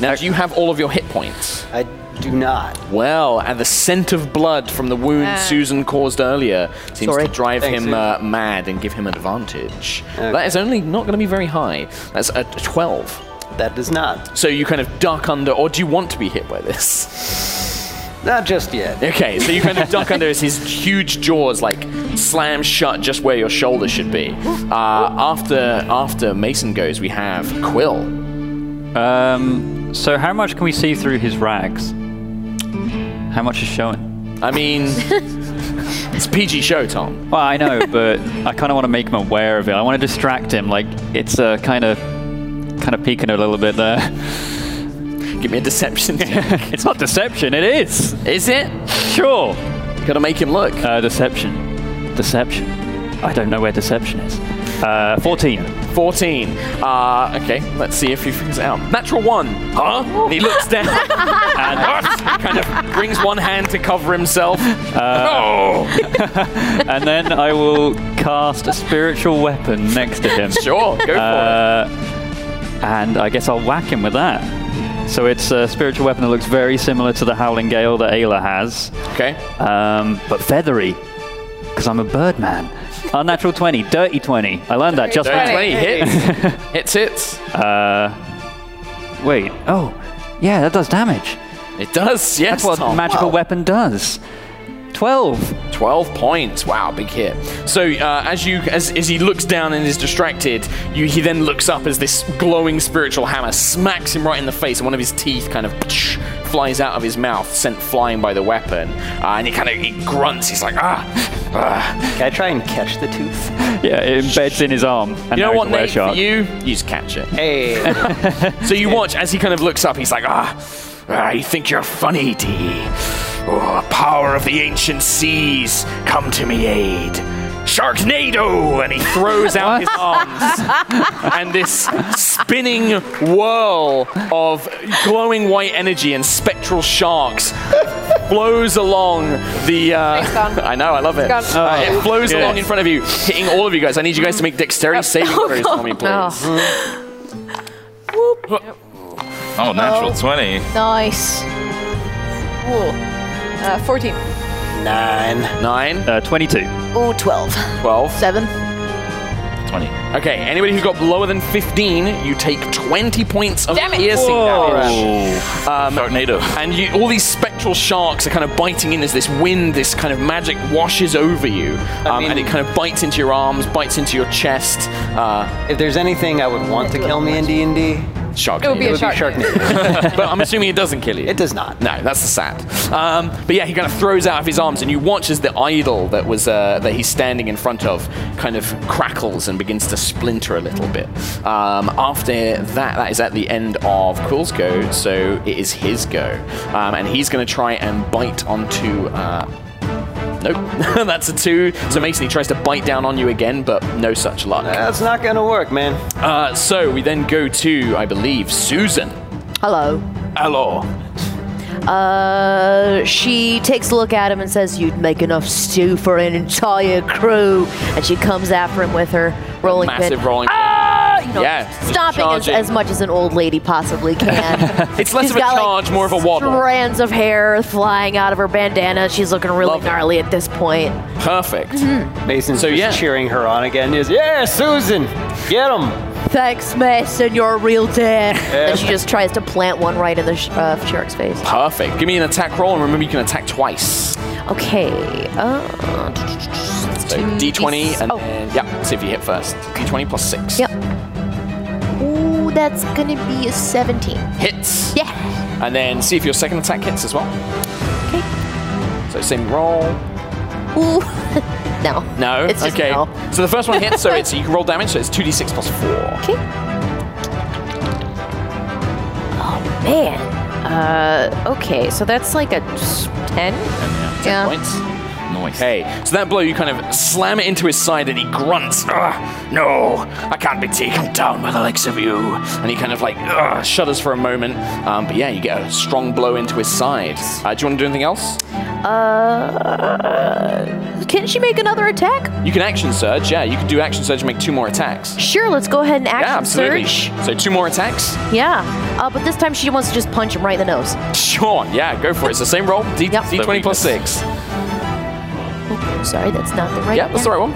S2: Now, do you have all of your hit points?
S7: I do not.
S2: Well, and the scent of blood from the wound Susan caused earlier seems
S5: Sorry.
S2: to drive
S7: Ah. Thanks,
S2: him
S7: Susan.
S2: uh, mad and give him an advantage. That is only not going to be very high. That's a 12.
S7: That does not.
S2: So you kind of duck under, or do you want to be hit by this?
S7: Not just yet.
S2: Okay, so you kind of duck under as his huge jaws like slam shut just where your shoulder should be. Uh, after after Mason goes, we have Quill.
S1: Um, so, how much can we see through his rags? How much is showing?
S2: I mean, it's a PG show, Tom.
S1: Well, I know, but I kind of want to make him aware of it. I want to distract him. Like it's uh, kind of, kind of peeking a little bit there.
S2: Give me a deception. check.
S1: it's not deception. It is.
S2: Is it?
S1: Sure.
S2: Gotta make him look.
S1: Uh, deception. Deception. I don't know where deception is. Uh, 14.
S2: 14. Uh, okay, let's see if he figures it out. Natural one. Huh? And he looks down and uh, kind of brings one hand to cover himself. oh!
S1: and then I will cast a spiritual weapon next to him.
S2: Sure, go for it.
S1: Uh, and I guess I'll whack him with that. So it's a spiritual weapon that looks very similar to the Howling Gale that Ayla has,
S2: Okay.
S1: um, but feathery, because I'm a bird man. Unnatural 20, dirty 20. I learned that just
S2: Dirty
S1: now.
S2: 20 hits. hits, hits.
S1: Uh, wait, oh, yeah, that does damage.
S2: It does,
S1: That's
S2: yes.
S1: what
S2: Tom.
S1: magical weapon does. 12.
S2: 12 points. Wow, big hit. So uh, as you as, as he looks down and is distracted, you, he then looks up as this glowing spiritual hammer smacks him right in the face, and one of his teeth kind of flies out of his mouth, sent flying by the weapon. Uh, and he kind of he grunts. He's like, ah, ah.
S7: Can I try and catch the tooth?
S1: Yeah, it embeds in his arm. And
S2: You
S1: now
S2: know
S1: he's
S2: what,
S1: a were
S2: Nate? For
S1: shark.
S2: you, you just catch it.
S7: Hey.
S2: So you watch as he kind of looks up. He's like, ah, ah, you think you're funny, D? Oh, power of the ancient seas, come to me aid. Sharknado! And he throws out his arms. and this spinning whirl of glowing white energy and spectral sharks flows along the. Uh,
S6: It's gone.
S2: I know, I love it.
S6: gone.
S2: Uh, it flows
S1: good.
S2: along in front of you, hitting all of you guys. I need you guys to make dexterity saving throws for me, please.
S3: Oh, natural 20.
S6: Nice. Cool. Uh, 14.
S7: Nine.
S2: Nine.
S1: Uh, 22.
S5: Oh, 12.
S2: 12.
S5: 7.
S3: 20.
S2: Okay, anybody who got lower than 15, you take 20 points of
S6: Damn it.
S2: piercing
S8: Oh.
S2: damage.
S1: Um,
S3: Sharknado.
S2: And you, all these spectral sharks are kind of biting in as this wind, this kind of magic washes over you. Um, and it kind of bites into your arms, bites into your chest. Uh,
S7: If there's anything I would want to kill me in D&D,
S2: Shark.
S6: It would be a
S7: would be
S6: shark.
S2: but I'm assuming it doesn't kill you.
S7: It does not.
S2: No, that's the sad. Um, but yeah, he kind of throws out of his arms, and you watch as the idol that was uh, that he's standing in front of kind of crackles and begins to splinter a little bit. Um, after that, that is at the end of Quill's go, so it is his go, um, and he's going to try and bite onto. Uh, Nope, that's a two. So Mason, he tries to bite down on you again, but no such luck.
S7: That's not gonna work, man.
S2: Uh, so we then go to, I believe, Susan.
S8: Hello.
S2: Hello.
S8: Uh, she takes a look at him and says, You'd make enough stew for an entire crew. And she comes after him with her rolling pin.
S2: Massive rolling.
S8: Ah! You know,
S2: yeah, just
S8: Stomping as,
S2: charging.
S8: as much as an old lady possibly can.
S2: It's less
S8: She's
S2: of a
S8: got, like,
S2: charge, more of a waddle.
S8: Strands of hair flying out of her bandana. She's looking really
S2: Love it.
S8: gnarly at this point.
S2: Perfect.
S8: Mm-hmm.
S7: Mason's
S2: So,
S7: just
S2: yeah.
S7: cheering her on again. Is yeah, Susan, get him.
S8: Thanks, Mason. You're a real dad. And she just tries to plant one right in the sh- uh, shark's face.
S2: Perfect. Give me an attack roll, and remember you can attack twice.
S8: Okay. Uh,
S2: So D20, and
S8: oh.
S2: then, yeah, see if you hit first. D20 plus six.
S8: Yep. Ooh, that's gonna be a 17.
S2: Hits.
S8: Yeah.
S2: And then see if your second attack hits as well. Okay. So same roll.
S8: Ooh. no.
S2: No.
S8: It's just
S2: okay.
S8: no.
S2: So the first one hits, so it's you can roll damage, so it's 2d6 plus four.
S8: Okay. Oh man. Uh, okay, so that's like a 10. Yeah.
S2: points. Nice. Hey, so that blow, you kind of slam it into his side and he grunts, Ugh, No, I can't be taken down by the likes of you. And he kind of like Ugh, shudders for a moment. Um, but yeah, you get a strong blow into his side. Uh, do you want to do anything else?
S8: Uh, can she make another attack?
S2: You can action surge, yeah. You can do action surge and make two more attacks.
S8: Sure, let's go ahead and action
S2: yeah, absolutely.
S8: surge.
S2: So two more attacks?
S8: Yeah. Uh, but this time she wants to just punch him right in the nose.
S2: Sure, yeah, go for it. It's the same roll, D-
S8: Yep.
S2: D20 plus six.
S8: Sorry, that's not the right
S2: Yeah, that's the right one.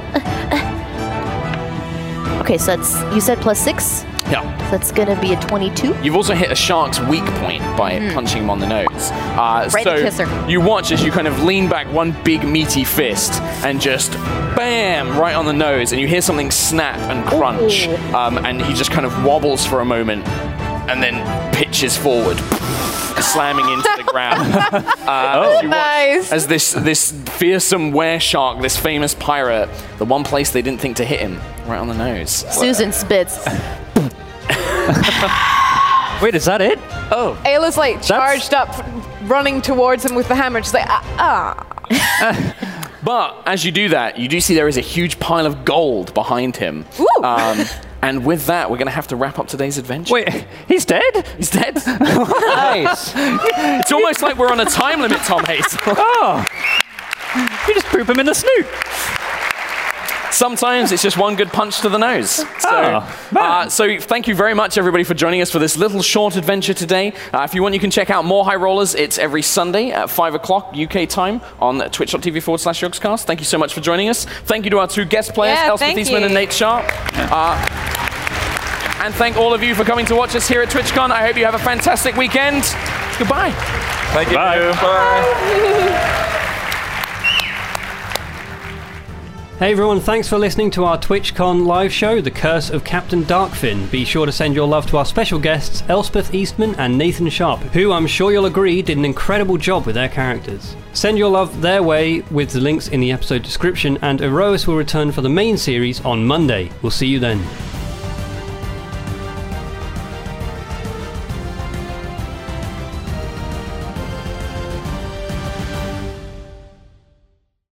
S8: Okay, so that's you said plus 6.
S2: Yeah.
S8: So that's going to be a 22.
S2: You've also hit a shark's weak point by punching him on the nose. Uh,
S8: Hmm. Right in
S2: so
S8: the kisser.
S2: you watch as you kind of lean back one big meaty fist and just bam right on the nose, and you hear something snap and crunch, um, and he just kind of wobbles for a moment and then pitches forward. Slamming into the ground. Uh, as you watch
S6: Nice.
S2: As this this fearsome were shark, this famous pirate, the one place they didn't think to hit him, right on the nose.
S8: Susan spits.
S1: Wait, is that it?
S6: Ayla's like charged up, running towards him with the hammer. She's like, ah. ah.
S2: But as you do that, you do see there is a huge pile of gold behind him.
S6: Woo!
S2: Um, and with that, we're going to have to wrap up today's adventure.
S1: Wait, he's dead?
S2: he's dead?
S7: Nice.
S2: it's almost like we're on a time limit, Tom Hayes. Ah!
S1: Oh! You just poop him in the snoot.
S2: Sometimes it's just one good punch to the nose. So,
S6: Ah,
S1: Oh,
S2: uh, so thank you very much, everybody, for joining us for this little short adventure today. Uh, if you want, you can check out more High Rollers. It's every Sunday at 5 o'clock UK time on twitch.tv forward slash yogscast. Thank you so much for joining us. Thank you to our two guest players,
S6: Yeah,
S2: Elspeth
S6: thank
S2: Eastman
S6: you.
S2: and Nate Sharp. Uh, and thank all of you for coming to watch us here at TwitchCon. I hope you have a fantastic weekend. Goodbye.
S3: Thank you.
S1: Bye.
S3: Bye.
S10: Hey everyone, thanks for listening to our TwitchCon live show, The Curse of Captain Darkfin. Be sure to send your love to our special guests, Elspeth Eastman and Nathan Sharp, who I'm sure you'll agree did an incredible job with their characters. Send your love their way with the links in the episode description, and Erois will return for the main series on Monday. We'll see you then.